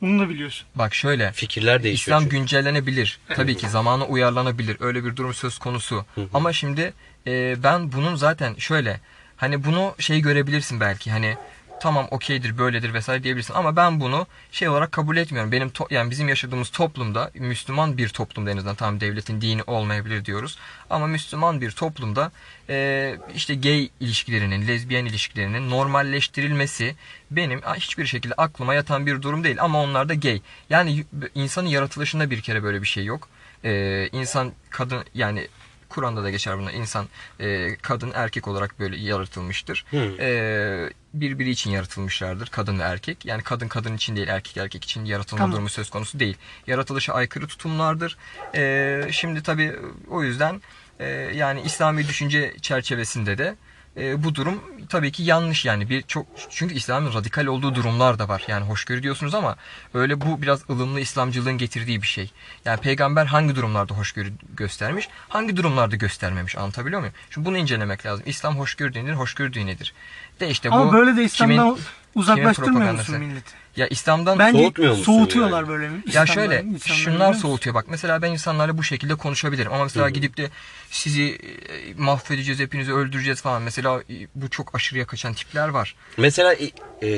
Bunu da biliyorsun.
Bak şöyle
Fikirler değişiyor.
İslam
çünkü.
güncellenebilir. Tabii ki zamana uyarlanabilir. Öyle bir durum söz konusu. Ama şimdi e, ben bunun zaten şöyle hani bunu şey görebilirsin belki hani tamam okeydir böyledir vesaire diyebilirsin ama ben bunu şey olarak kabul etmiyorum. Benim to- yani bizim yaşadığımız toplumda Müslüman bir toplumda en azından tam devletin dini olmayabilir diyoruz. Ama Müslüman bir toplumda e, işte gay ilişkilerinin, lezbiyen ilişkilerinin normalleştirilmesi benim hiçbir şekilde aklıma yatan bir durum değil ama onlar da gay. Yani y- insanın yaratılışında bir kere böyle bir şey yok. Ee, insan kadın yani Kur'an'da da geçer buna insan e, kadın erkek olarak böyle yaratılmıştır.
Hı.
Ee, birbiri için yaratılmışlardır kadın ve erkek. Yani kadın kadın için değil erkek erkek için yaratılma
Tamam.
durumu söz konusu değil. Yaratılışa aykırı tutumlardır. Ee, şimdi tabii o yüzden e, yani İslami düşünce çerçevesinde de e, bu durum tabii ki yanlış yani bir çok çünkü İslam'ın radikal olduğu durumlar da var. Yani hoşgörü diyorsunuz ama öyle bu biraz ılımlı İslamcılığın getirdiği bir şey. Yani peygamber hangi durumlarda hoşgörü göstermiş, hangi durumlarda göstermemiş anlatabiliyor muyum? Şimdi bunu incelemek lazım. İslam hoşgörü dinidir, hoşgörü dinidir. De işte
Ama
E bu
böyle de İslam'dan
kimin-
uzaklaştırmıyor
propagandası?
musun milleti?
ya İslam'dan
Bence
Soğutmuyor musun
soğutuyorlar
yani?
böyle. İslam'dan
ya şöyle
insanları, biliyor
şunlar
musun?
soğutuyor bak. Mesela ben insanlarla bu şekilde konuşabilirim ama mesela
Hı hı.
gidip de sizi e, mahvedeceğiz, hepinizi öldüreceğiz falan. Mesela e, bu çok aşırıya kaçan tipler var.
Mesela i- e,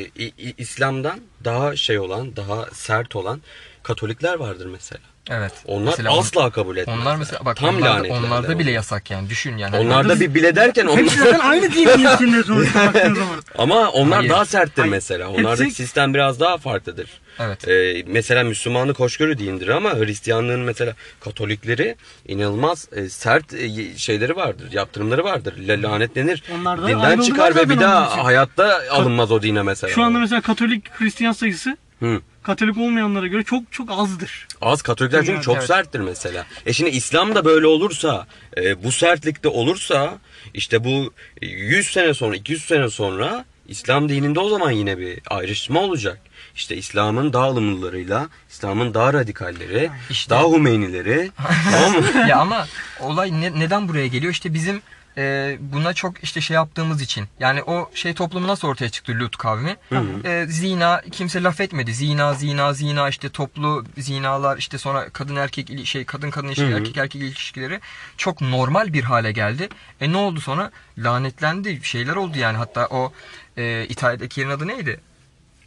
i- i- İslam'dan daha şey olan, daha sert olan Katolikler vardır mesela.
Evet.
Onlar
Mesela on-
asla kabul etmez.
Onlar mesela bak
Tam
onlarda,
lanetlerden
onlarda bile
onlar.
yasak yani düşün yani. hani
Onlarda bir bile derken
Hepsi
onlar...
zaten aynı dinin içinde sonuçta baktığın zaman.
Ama onlar
Hayır.
daha serttir
Hayır.
mesela. Onlardaki
Hepsi-
sistem biraz daha farklıdır.
Evet.
Ee, mesela Müslümanlık hoşgörü dindir ama Hristiyanlığın mesela Katolikleri inanılmaz e, sert e, şeyleri vardır, yaptırımları vardır. La- Lanetlenir.
Onlar da
Dinden
ayrıldılar
çıkar ve
zaten
bir
onun için.
daha hayatta alınmaz o dine mesela.
Şu anda mesela Katolik Hristiyan sayısı
Hı.
Katolik olmayanlara göre çok çok azdır.
Az Katolikler çünkü
Evet,
çok
evet.
serttir mesela. E şimdi İslam da böyle olursa, e, bu sertlikte olursa işte bu 100 sene sonra, 200 sene sonra İslam dininde o zaman yine bir ayrışma olacak. İşte İslam'ın daha ılımlılarıyla, İslam'ın daha radikalleri,
İşte-
daha Hümeynileri, tamam mı?
ya ama olay ne- neden buraya geliyor? İşte bizim e, buna çok işte şey yaptığımız için. Yani o şey toplumu nasıl ortaya çıktı Lut kavmi? E, zina kimse laf etmedi. Zina, zina, zina işte toplu zinalar işte sonra kadın erkek ili- şey kadın kadın ilişkileri, erkek erkek ilişkileri çok normal bir hale geldi. E ne oldu sonra? Lanetlendi. Şeyler oldu yani. Hatta o e, İtalya'daki yerin adı neydi?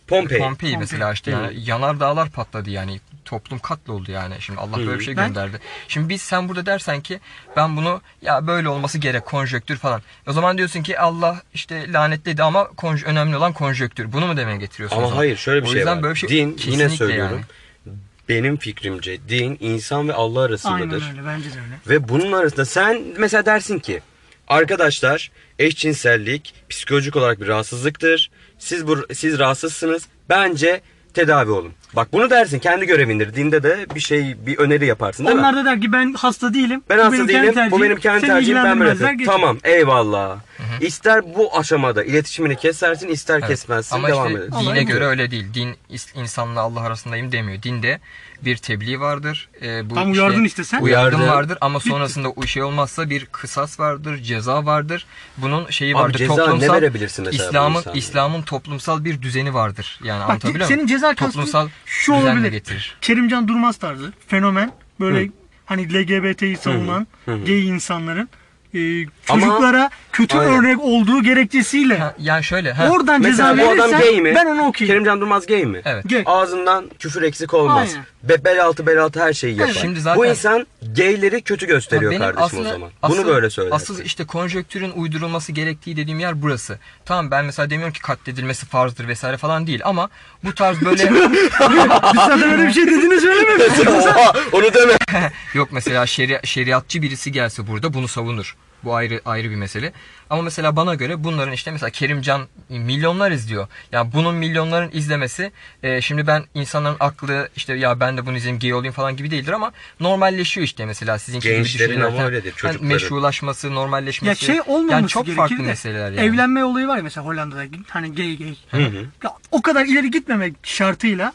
Pompei.
Pompei mesela işte yani yanar dağlar patladı yani toplum katloldu yani şimdi Allah böyle bir şey
Ben-
gönderdi. Şimdi biz sen burada dersen ki ben bunu ya böyle olması gerek konjöktür falan. O zaman diyorsun ki Allah işte lanetledi ama konj- önemli olan konjöktür. Bunu mu demeye getiriyorsun? o
Ama
zaman?
hayır şöyle bir
o
şey
yüzden
var.
Böyle bir şey
din yine
Kesinlikle
söylüyorum.
yani.
Benim fikrimce din insan ve Allah
Aynen
arasındadır.
öyle bence de öyle.
Ve bunun arasında sen mesela dersin ki arkadaşlar eşcinsellik psikolojik olarak bir rahatsızlıktır. Siz bu siz rahatsızsınız. Bence tedavi olun. Bak bunu dersin kendi görevindir. Dinde de bir şey bir öneri yaparsın değil
Onlar
mi?
da der ki ben hasta değilim.
Ben
bu
hasta
kendi
değilim. Bu
tercihim,
benim kendi
seni
tercihim. Ben böyle
ilgilendirmezler,
yapıyorum.
geçin.
Tamam eyvallah. İster bu aşamada iletişimini kesersin ister
Evet.
kesmezsin
Ama
devam
işte
edersin.
dine
Olay bu.
göre öyle değil. Din is- insanla Allah arasındayım demiyor. Dinde bir tebliğ vardır. Ee, bu
Tam uyardın işte sen.
Uyardım
Uyardı.
vardır ama sonrasında o şey olmazsa bir kısas vardır, ceza vardır. Bunun şeyi
Abi
vardır.
ceza ne
toplumsal
verebilirsin mesela bu
İslam'ın
insana?
İslam'ın toplumsal bir düzeni vardır. Yani
Bak
anlatabiliyor
senin
muyum?
ceza
toplumsal
kastın şu
düzenle
olabilir.
getirir.
Kerimcan Durmaz tarzı fenomen böyle hani LGBT'yi savunan gay insanların e, çocuklara kötü
Aynen.
örnek olduğu gerekçesiyle
Ha, yani şöyle. ha.
oradan
Mesela
ceza
bu adam gay
verirsen
mi?
ben onu okuyayım.
Kerimcan Durmaz gay mi?
Evet.
Gay.
Ağzından küfür eksik olmaz.
Aynen.
Be, bel altı bel altı her şeyi yapar.
Evet. Şimdi zaten-
Bu insan gayleri kötü
Ha,
gösteriyor
benim
kardeşim
aslında-
o zaman.
asıl-
Bunu böyle söylersin.
Asıl işte konjöktürün uydurulması gerektiği dediğim yer burası. Tamam ben mesela demiyorum ki katledilmesi farzdır vesaire falan değil ama bu tarz böyle
Biz zaten öyle bir şey dediğini söylememiştik.
Oha, onu deme.
Yok mesela şeri, şeriatçı birisi gelse burada bunu savunur. Bu ayrı ayrı bir mesele. Ama mesela bana göre bunların işte mesela Kerimcan milyonlar izliyor. Yani bunun milyonların izlemesi e, şimdi ben insanların aklı işte ya ben de bunu izleyeyim gay olayım falan gibi değildir ama normalleşiyor işte mesela sizin gibi
Gençlerin
düşünceler.
ama öyledir,
Yani
çocukların.
meşrulaşması,
Ya
normalleşmesi.
şey olmaması
yani çok
gerekir
farklı
de,
meseleler yani.
Evlenme olayı var ya mesela Hollanda'da hani gay gay. Ya o kadar ileri gitmemek şartıyla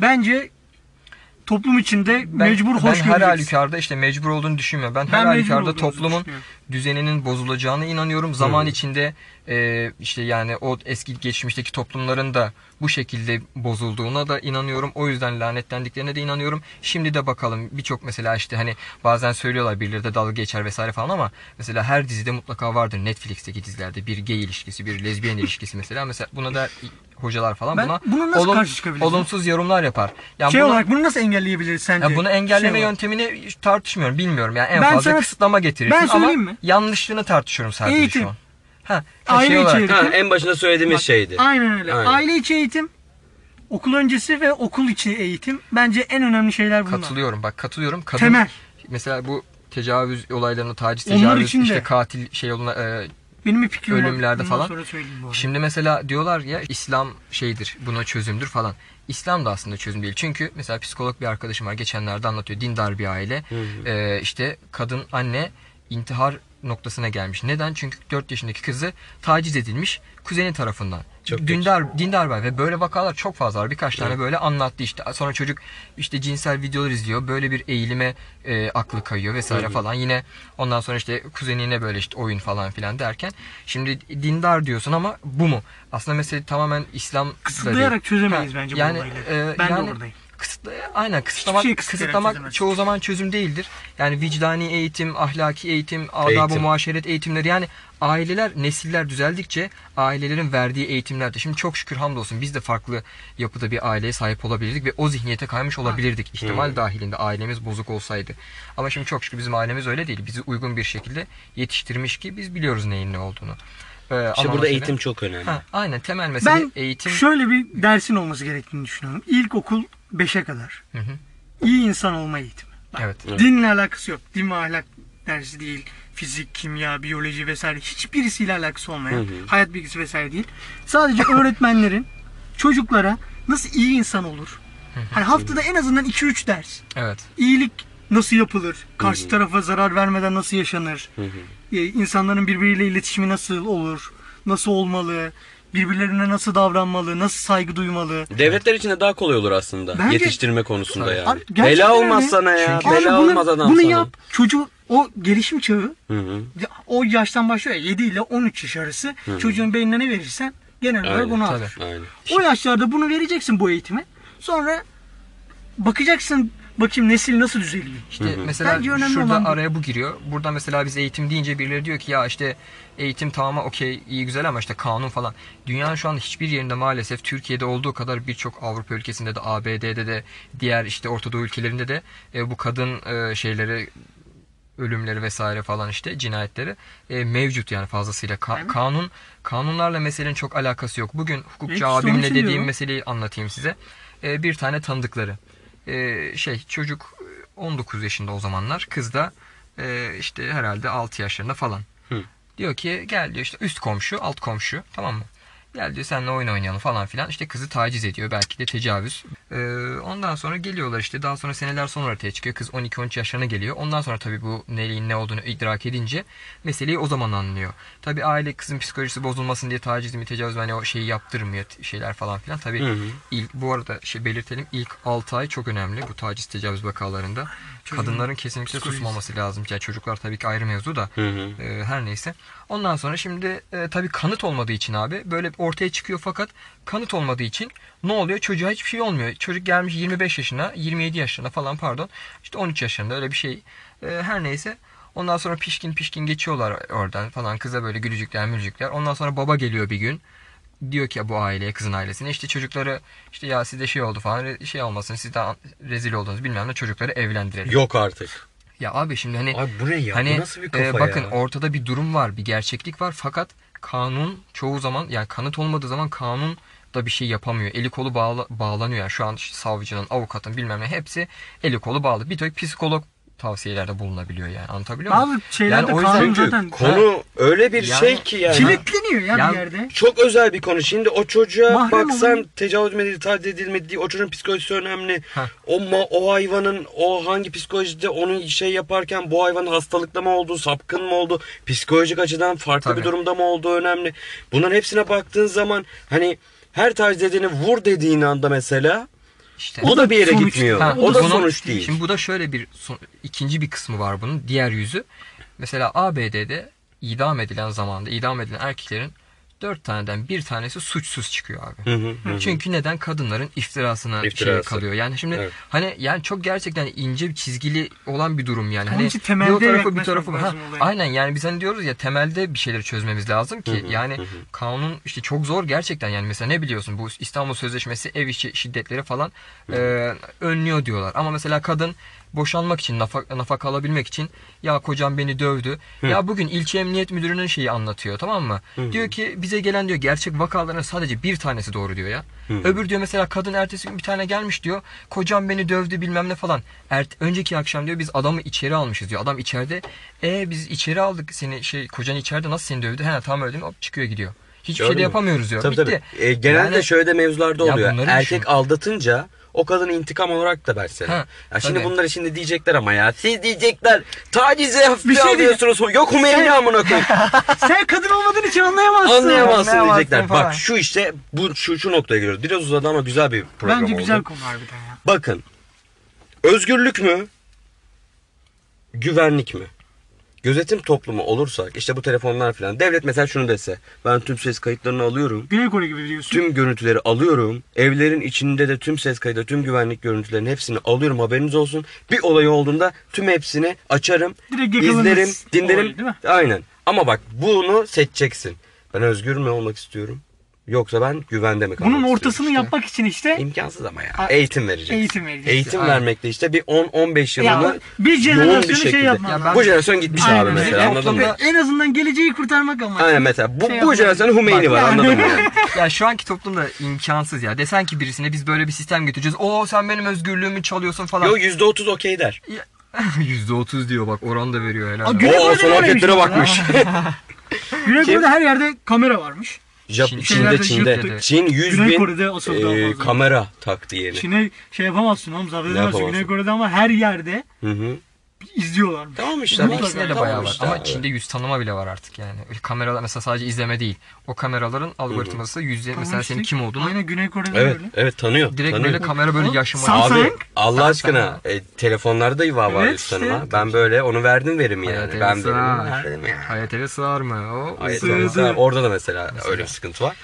bence toplum içinde
Ben-
mecbur
ben
hoş
her
göreceksin.
halükarda işte mecbur olduğunu düşünmüyorum. Ben, her
Ben mecbur
halükarda
olduğunuzu
toplumun
düşünüyorum.
düzeninin bozulacağına inanıyorum. Zaman içinde e, işte yani o eski geçmişteki toplumların da bu şekilde bozulduğuna da inanıyorum. O yüzden lanetlendiklerine de inanıyorum. Şimdi de bakalım birçok mesela işte hani bazen söylüyorlar birileri de dalga geçer vesaire falan ama mesela her dizide mutlaka vardır Netflix'teki dizilerde bir gay ilişkisi, bir lezbiyen ilişkisi mesela. Mesela buna da hocalar falan
Ben
buna
buna nasıl karşı çıkabiliriz?
olumsuz yorumlar yapar. Yani
Şey
buna-
olarak bunu nasıl engelleyebiliriz sence?
ya bunu engelleme
Şey olarak.
yöntemini hiç tartışmıyorum. Bilmiyorum yani en
Ben
fazla
sana-
kısıtlama getirirsin
Ben
ama
söyleyeyim mi?
yanlışlığını tartışıyorum sadece
Eğitim.
şu an. Ha, ha
Aile
şey olarak,
içeriği.
Ha, en başında söylediğimiz
Bak,
şeydi.
Aynen öyle.
Aynen.
Aile içi eğitim, okul öncesi ve okul içi eğitim bence en önemli şeyler bunlar.
katılıyorum bak katılıyorum. Kadın,
Temel.
Mesela bu tecavüz olaylarını, taciz
Onlar
tecavüz,
için de.
işte katil şey yoluna, e,
Benim bir fikrim var.
Ölümlerde
Bundan
falan.
sonra söyleyeyim bu arada.
Şimdi mesela diyorlar ya İslam şeydir, buna çözümdür falan. İslam da aslında çözüm değil. Çünkü mesela psikolog bir arkadaşım var geçenlerde anlatıyor. Dindar bir aile. Ee, işte kadın anne intihar noktasına gelmiş. Neden? Çünkü 4 yaşındaki kızı taciz edilmiş kuzeni tarafından.
Çok kötü.
dindar dindar var ve böyle vakalar çok fazla var. Birkaç tane böyle anlattı işte. Sonra çocuk işte cinsel videolar izliyor. Böyle bir eğilime e, aklı kayıyor vesaire falan. Yine ondan sonra işte kuzenine böyle işte oyun falan filan derken şimdi dindar diyorsun ama bu mu? Aslında mesele tamamen İslam da değil.
Kısıtlayarak çözemeyiz
Ha,
bence
yani,
bu olayları.
e,
ben
yani-
de oradayım.
Kısıtla, aynen kısıtlamak,
şeyi kısıtlayarak
kısıtlamak
çözemezsin.
çoğu zaman çözüm değildir. Yani vicdani eğitim, ahlaki eğitim, adab-ı
Eğitim.
muaşeret eğitimleri yani aileler, nesiller düzeldikçe ailelerin verdiği eğitimler de. Şimdi çok şükür hamdolsun biz de farklı yapıda bir aileye sahip olabilirdik ve o zihniyete kaymış olabilirdik ihtimal
Hmm.
dahilinde ailemiz bozuk olsaydı. Ama şimdi çok şükür bizim ailemiz öyle değil. Bizi uygun bir şekilde yetiştirmiş ki biz biliyoruz neyin ne olduğunu. Ee,
İşte
ama
burada
mesele-
eğitim çok önemli.
Ha, aynen temel mesele
Ben
eğitim.
şöyle bir dersin olması gerektiğini düşünüyorum. İlkokul 5'e kadar.
Hı hı.
İyi insan olma eğitimi.
Evet.
Dinle alakası yok. Din ve ahlak dersi değil. Fizik, kimya, biyoloji vesaire hiçbirisiyle alakası olmayan,
Hı hı.
hayat bilgisi vesaire değil. Sadece öğretmenlerin çocuklara nasıl iyi insan olur? Hani haftada en azından 2-3 ders.
Evet.
İyilik nasıl yapılır? Karşı tarafa zarar vermeden nasıl yaşanır?
Hı hı.
Ee, insanların birbiriyle iletişimi nasıl olur? Nasıl olmalı? Birbirlerine nasıl davranmalı? Nasıl saygı duymalı?
Devletler için de daha kolay olur aslında.
Bence-
Yetiştirme konusunda
Tabii.
yani.
Abi gerçekten
bela olmaz
öyle.
sana ya.
Çünkü-
bela
Abi bunu,
olmaz adam
bunu
sana.
yap. Çocuğu o gelişim çağı
Hı hı.
Ya, o yaştan başlıyor ya 7 ile 13 yaş arası çocuğun beynine ne verirsen genel olarak
Aynen.
onu
Tabii.
alır.
Aynen.
O yaşlarda bunu vereceksin bu eğitime. Sonra bakacaksın bakayım nesil nasıl düzeliyor.
İşte mesela
Bence önemli
şurada
olan bu.
araya bu giriyor. Burada mesela biz eğitim deyince birileri diyor ki ya işte eğitim tamam okey iyi güzel ama işte kanun falan. Dünyanın şu an hiçbir yerinde maalesef Türkiye'de olduğu kadar birçok Avrupa ülkesinde de ABD'de de diğer işte Orta Doğu ülkelerinde de e, bu kadın e, şeyleri ölümleri vesaire falan işte cinayetleri e, mevcut yani fazlasıyla Ka- kanun kanunlarla meselenin çok alakası yok. Bugün hukukçu
Evet, işte onun
abimle
için
dediğim
diyorum.
meseleyi anlatayım size. E, bir tane tanıdıkları e, şey çocuk e, 19 yaşında o zamanlar kız da e, işte herhalde 6 yaşlarında falan.
Hı.
Diyor ki gel diyor işte üst komşu alt komşu tamam mı? Gel diyor seninle oyun oynayalım falan filan. İşte kızı taciz ediyor. Belki de tecavüz. Ee, ondan sonra geliyorlar işte. Daha sonra seneler sonra ortaya çıkıyor. Kız 12-13 yaşlarına geliyor. Ondan sonra tabii bu neliğin ne olduğunu idrak edince meseleyi o zaman anlıyor. Tabii aile kızın psikolojisi bozulmasın diye taciz mi tecavüz mü hani o şeyi yaptırmıyor t- şeyler falan filan. Tabii
Hı hı.
ilk, bu arada şey belirtelim ilk 6 ay çok önemli bu taciz tecavüz vakalarında. Kadınların kesinlikle susmaması lazım. Yani çocuklar tabii ki ayrı mevzu da.
Hı hı.
Ee, her neyse. Ondan sonra şimdi e, tabii kanıt olmadığı için abi böyle ortaya çıkıyor fakat kanıt olmadığı için ne oluyor? Çocuğa hiçbir şey olmuyor. Çocuk gelmiş 25 yaşına, 27 yaşına falan pardon. işte 13 yaşında öyle bir şey. E, her neyse. Ondan sonra pişkin pişkin geçiyorlar oradan falan. Kıza böyle gülücükler mülücükler. Ondan sonra baba geliyor bir gün diyor ki bu aileye, kızın ailesine işte çocukları işte ya sizde şey oldu falan re- şey olmasın sizden rezil oldunuz bilmem ne çocukları evlendirelim.
Yok artık.
Ya abi şimdi hani
Abi bu ne ya?
Hani
bu nasıl bir
e,
kafa ya?
bakın ortada bir durum var, bir gerçeklik var fakat kanun çoğu zaman yani kanıt olmadığı zaman kanun da bir şey yapamıyor. Eli kolu bağla, bağlanıyor. Yani şu an işte savcının, avukatın bilmem ne hepsi eli kolu bağlı. Bir tek psikolog tavsiyelerde bulunabiliyor yani. Anlatabiliyor muyum?
Bazı şeylerde
o yüzden-
kanun
Çünkü
zaten
konu öyle bir
Yani-
şey ki yani.
kilitleniyor ya,
Ya-
bir yerde.
Çok özel bir konu. Şimdi o çocuğa
Mahrem
baksan
olan-
tecavüz mü edildi, taciz edilmedi diye o çocuğun psikolojisi önemli.
Heh.
O ma- o hayvanın o hangi psikolojide onun şey yaparken bu hayvanın hastalıklı mı olduğu, sapkın mı olduğu, psikolojik açıdan farklı
Tabii.
bir durumda mı olduğu önemli. Bunların hepsine baktığın zaman hani her taciz edeni vur dediğin anda mesela
İşte.
O da bir yere
Sonuç-
gitmiyor.
Ha,
o da
bunun-
sonuç değil.
Şimdi bu da şöyle bir son- ikinci bir kısmı var bunun. Diğer yüzü. Mesela ABD'de idam edilen zamanda idam edilen erkeklerin dört taneden bir tanesi suçsuz çıkıyor abi.
Hı hı, hı hı.
Çünkü neden kadınların iftirasına şey
İftirası.
kalıyor. Yani şimdi
Evet.
hani yani çok gerçekten ince bir çizgili olan bir durum yani.
Onun
Hani
için temelde
bir o tarafı bir
yaklaşmak
tarafı ha,
lazım olaya.
aynen yani biz hani diyoruz ya temelde bir şeyleri çözmemiz lazım ki
hı,
yani
hı hı.
kanun işte çok zor gerçekten yani mesela ne biliyorsun bu İstanbul Sözleşmesi ev işi şiddetleri falan e, önlüyor diyorlar. Ama mesela kadın boşanmak için nafaka, nafaka alabilmek için ya kocam beni dövdü. Ya bugün ilçe emniyet müdürünün şeyi anlatıyor tamam mı? Diyor ki bize gelen diyor gerçek vakaların sadece bir tanesi doğru diyor ya. Öbür diyor mesela kadın ertesi gün bir tane gelmiş diyor kocam beni dövdü bilmem ne falan. Ert önceki akşam diyor biz adamı içeri almışız diyor. Adam içeride e biz içeri aldık seni şey kocan içeride nasıl seni dövdü? He tamam öyle mi? Hop çıkıyor gidiyor. Hiçbir şey
Gördün
de
mü?
yapamıyoruz diyor.
Tabii
Bitti.
tabii. E, genelde
Yani-
şöyle de mevzularda
Ya
oluyor.
bunları
Erkek
düşün.
aldatınca o kadını intikam olarak da versene.
Ha,
ya şimdi
tabii.
bunları şimdi diyecekler ama ya. Siz diyecekler tacize hafife
şey
alıyorsunuz. Yok Hümeyni amına koyayım.
Sen kadın olmadığın için anlayamazsın.
Anlayamazsın
Anlayamazsın
diyecekler.
falan.
Bak şu işte bu şu, şu noktaya geliyoruz. Biraz uzadı ama güzel bir program
Bence
oldu.
güzel konu harbiden ya.
Bakın. Özgürlük mü? Güvenlik mi? Gözetim toplumu olursak işte bu telefonlar falan. Devlet mesela şunu dese. Ben tüm ses kayıtlarını alıyorum.
Güney Kore gibi diyorsun.
Tüm görüntüleri alıyorum. Evlerin içinde de tüm ses kaydı, tüm güvenlik görüntülerinin hepsini alıyorum. Haberiniz olsun. Bir olay olduğunda tüm hepsini açarım.
Direkt yakalanırız.
izlerim, dinlerim.
Olay, değil mi?
Aynen. Ama bak bunu seçeceksin. Ben özgür mü olmak istiyorum? Yoksa ben güvende mi kalmak
Bunun
istiyorum?
ortasını yapmak için işte
imkansız ama ya.
A-
eğitim vereceksin.
eğitim vereceksin.
Eğitim
Aynen.
vermekte işte bir 10-15
Ya
yılını
bir
yoğun bir
jenerasyonu şey
şekilde.
yapman
Ya ben-
bu jenerasyon gitmiş
Aynen
abi
öyle.
mesela anladın mı?
Toplumda-
en azından geleceği kurtarmak ama.
Aynen mesela. Bu,
Şey
bu
yapman-
jenerasyonun Hümeyni var
Bak-
anladın mı? yani?
ya şu anki toplumda imkansız ya. Desen ki birisine biz böyle bir sistem götüreceğiz. Oo sen benim özgürlüğümü çalıyorsun falan.
Yo %30 okey der.
%30 diyor bak oran da veriyor helal.
Aa,
olsun.
gö- Güney
O
Kore'de
son
öyleymiş
anketlere
mesela.
bakmış.
Güney
Kim?
Kore'de her yerde kamera varmış.
Jap-
Çin-
Çin'de,
Çin'de,
Çin'de.
Çin'de.
Çin 100
Güney
bin
Kore'de asıl daha
e,
fazla.
kamera taktı yeni.
Çin'e şey yapamazsın oğlum zapt edemezsin
yapamazsın?
Güney Kore'de ama her yerde
Hı hı.
izliyorlarmış.
Tamam işte.
Bunun
bak,
ikisinde de
tamam
bayağı var.
işte
Ama
abi.
Çin'de yüz tanıma bile var artık yani. Kameralar mesela sadece izleme değil. O kameraların algoritması yüzde
Tamam
mesela senin
işte.
kim olduğunu
Aynen Güney Kore'de
Evet,
öyle.
evet tanıyor.
direkt
tanıyor.
böyle kamera böyle yaşamaya.
Sam-
Abi
Samsung.
Allah aşkına
Samsung.
e, telefonlarda yuva var
Evet,
üst
işte.
tanıma. Ben böyle onu verdim verim yani.
Hayat
ben
evi
verim
sığar.
verdim yani.
Hayat eve sığar mı? O
Hayat
sığar.
evi sığar. Orada da mesela, öyle bir sıkıntı var.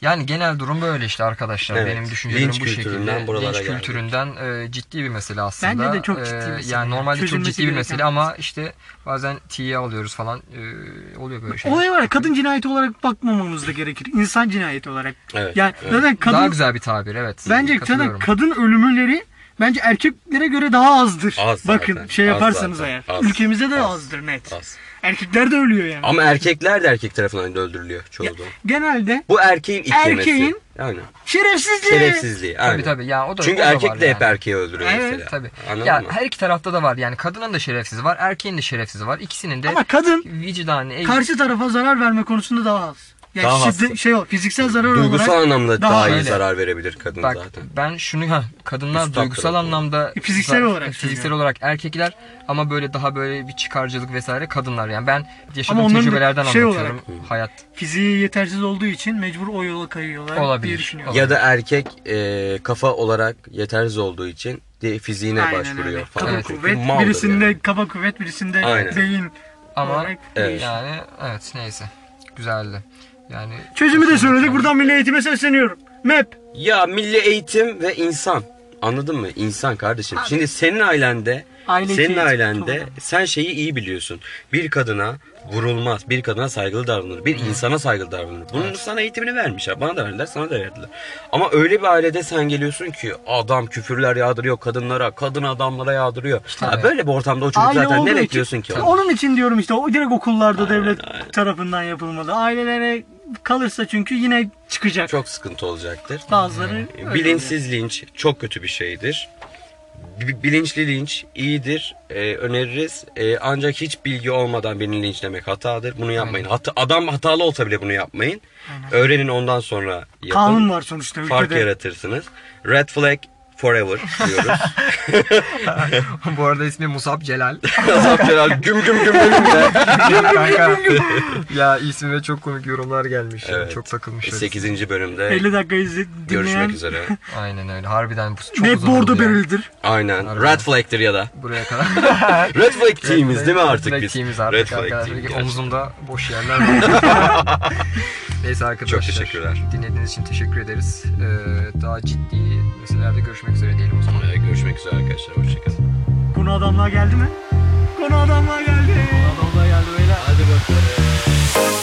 Yani genel durum böyle işte arkadaşlar.
Evet.
Benim düşüncelerim
Linç
bu
kültüründen
şekilde.
buralara
Linç
geldik.
kültüründen e, ciddi bir mesele aslında.
Bence de çok ciddi bir
E,
mesele.
Yani normalde çok
Çözülmesi
ciddi bir
gereken
mesele
bir
ama işte bazen tiye alıyoruz falan. E, oluyor böyle şeyler.
Olay var ya kadın cinayeti olarak bakmamamız da gerekir. İnsan cinayeti olarak.
Evet,
Yani
evet.
zaten kadın
Daha güzel bir tabir evet.
bence zaten
Katılıyorum.
kadın ölümleri bence erkeklere göre daha azdır.
Az
Bakın
zaten,
şey
az
yaparsanız
zaten,
eğer.
az,
Ülkemizde de
az,
azdır net.
az.
Erkekler de ölüyor yani.
Ama erkekler de erkek tarafından öldürülüyor çoğu zaman.
Genelde
Bu erkeğin iklimesi.
Erkeğin-
Aynen.
şerefsizliği.
Şerefsizliği. Aynen.
Tabii tabii ya o da
Çünkü
o da
erkek
var
de
yani.
hep erkeği öldürüyor
Evet,
mesela.
Tabii.
Anladın
ya
mı?
her iki tarafta da var. Yani kadının da şerefsizi var, erkeğin de şerefsizi var. İkisinin de
Ama
Şey-
kadın
vicdani, eğitim-
karşı tarafa zarar verme konusunda daha az. Yani
Daha
şiddet-
az.
şey o fiziksel zarar
Duygusal
olarak
anlamda daha,
daha-
iyi
Öyle.
zarar verebilir kadın
Bak
zaten.
ben şunu ha kadınlar
Üstad
duygusal
tarafı.
anlamda
E, fiziksel
za-
olarak
fiziksel
söylüyorum.
olarak erkekler ama böyle daha böyle bir çıkarcılık vesaire kadınlar yani ben yaşadığım
Ama onların da
tecrübelerden
şey
anlatıyorum hayat.
fiziği yetersiz olduğu için mecbur o yola kayıyorlar
Olabilir.
diye düşünüyorum.
Ya da erkek e, kafa olarak yetersiz olduğu için de fiziğine
Aynen
başvuruyor
öyle.
falan.
Kaba
Evet,
Çünkü
kuvvet,
maldır
birisinde
yani.
kaba kuvvet, birisinde
Aynen.
beyin.
Ama
olarak
Evet.
yani evet neyse güzeldi. Yani
Çözümü de söyledik. Buradan Milli Eğitim'e sesleniyorum. MEP.
Ya milli eğitim ve insan. Anladın mı? İnsan kardeşim. Şimdi senin ailende
Aile içi
senin
eğitim,
ailende
çok önemli.
sen şeyi iyi biliyorsun. Bir kadına vurulmaz. Bir kadına saygılı davranılır. Bir insana saygılı davranılır. Bunun sana eğitimini vermişler. Bana da verdiler, sana da verdiler. Ama öyle bir ailede sen geliyorsun ki adam küfürler yağdırıyor kadınlara, kadın adamlara yağdırıyor. Ha,
tabii.
böyle bir ortamda o çocuk
Aile
zaten
olduğu
ne
için-
bekliyorsun ki? onu?
Onun için diyorum işte o direkt okullarda devlet tarafından yapılmalı. Ailelere kalırsa çünkü yine çıkacak.
Çok sıkıntı olacaktır.
Bazıları öyle oluyor.
Bilinçsiz linç çok kötü bir şeydir. Bi- Bilinçli linç iyidir, e, öneririz. E, ancak hiç bilgi olmadan birini linçlemek hatadır. Bunu yapmayın. Hata, adam hatalı olsa bile bunu yapmayın. Öğrenin ondan sonra yapın.
Kanun var sonuçta ülkede.
Fark yaratırsınız. Red flag forever diyoruz.
Bu arada ismi Musab Celal.
Azap Celal şey güm güm güm güm de.
Kanka. ya ismime çok komik yorumlar gelmiş. ya.
Evet. E,
Çok takılmışlar.
8. bölümde
50 dakika izle,
görüşmek
dinleyen
üzere.
Aynen öyle. Harbiden bu çok
net
uzun oldu
bordo
ya.
belirlidir.
Aynen.
Harbiden.
Red flag'tir ya da.
Buraya kadar.
Red flag team'iz değil mi artık
Red
biz?
Team'iz artık
Red flag team.
arkadaşlar.
gerçekten.
Omzumda boş yerler var. Neyse arkadaşlar.
Çok teşekkürler.
Dinlediğiniz için teşekkür ederiz. Ee, daha ciddi meselelerde görüşmek üzere diyelim o zaman.
Ee, Görüşmek üzere arkadaşlar. Hoşçakalın.
Konu adamlar geldi mi? Konu adamlar geldi. Konu adamlar geldi beyler. Hadi bakalım.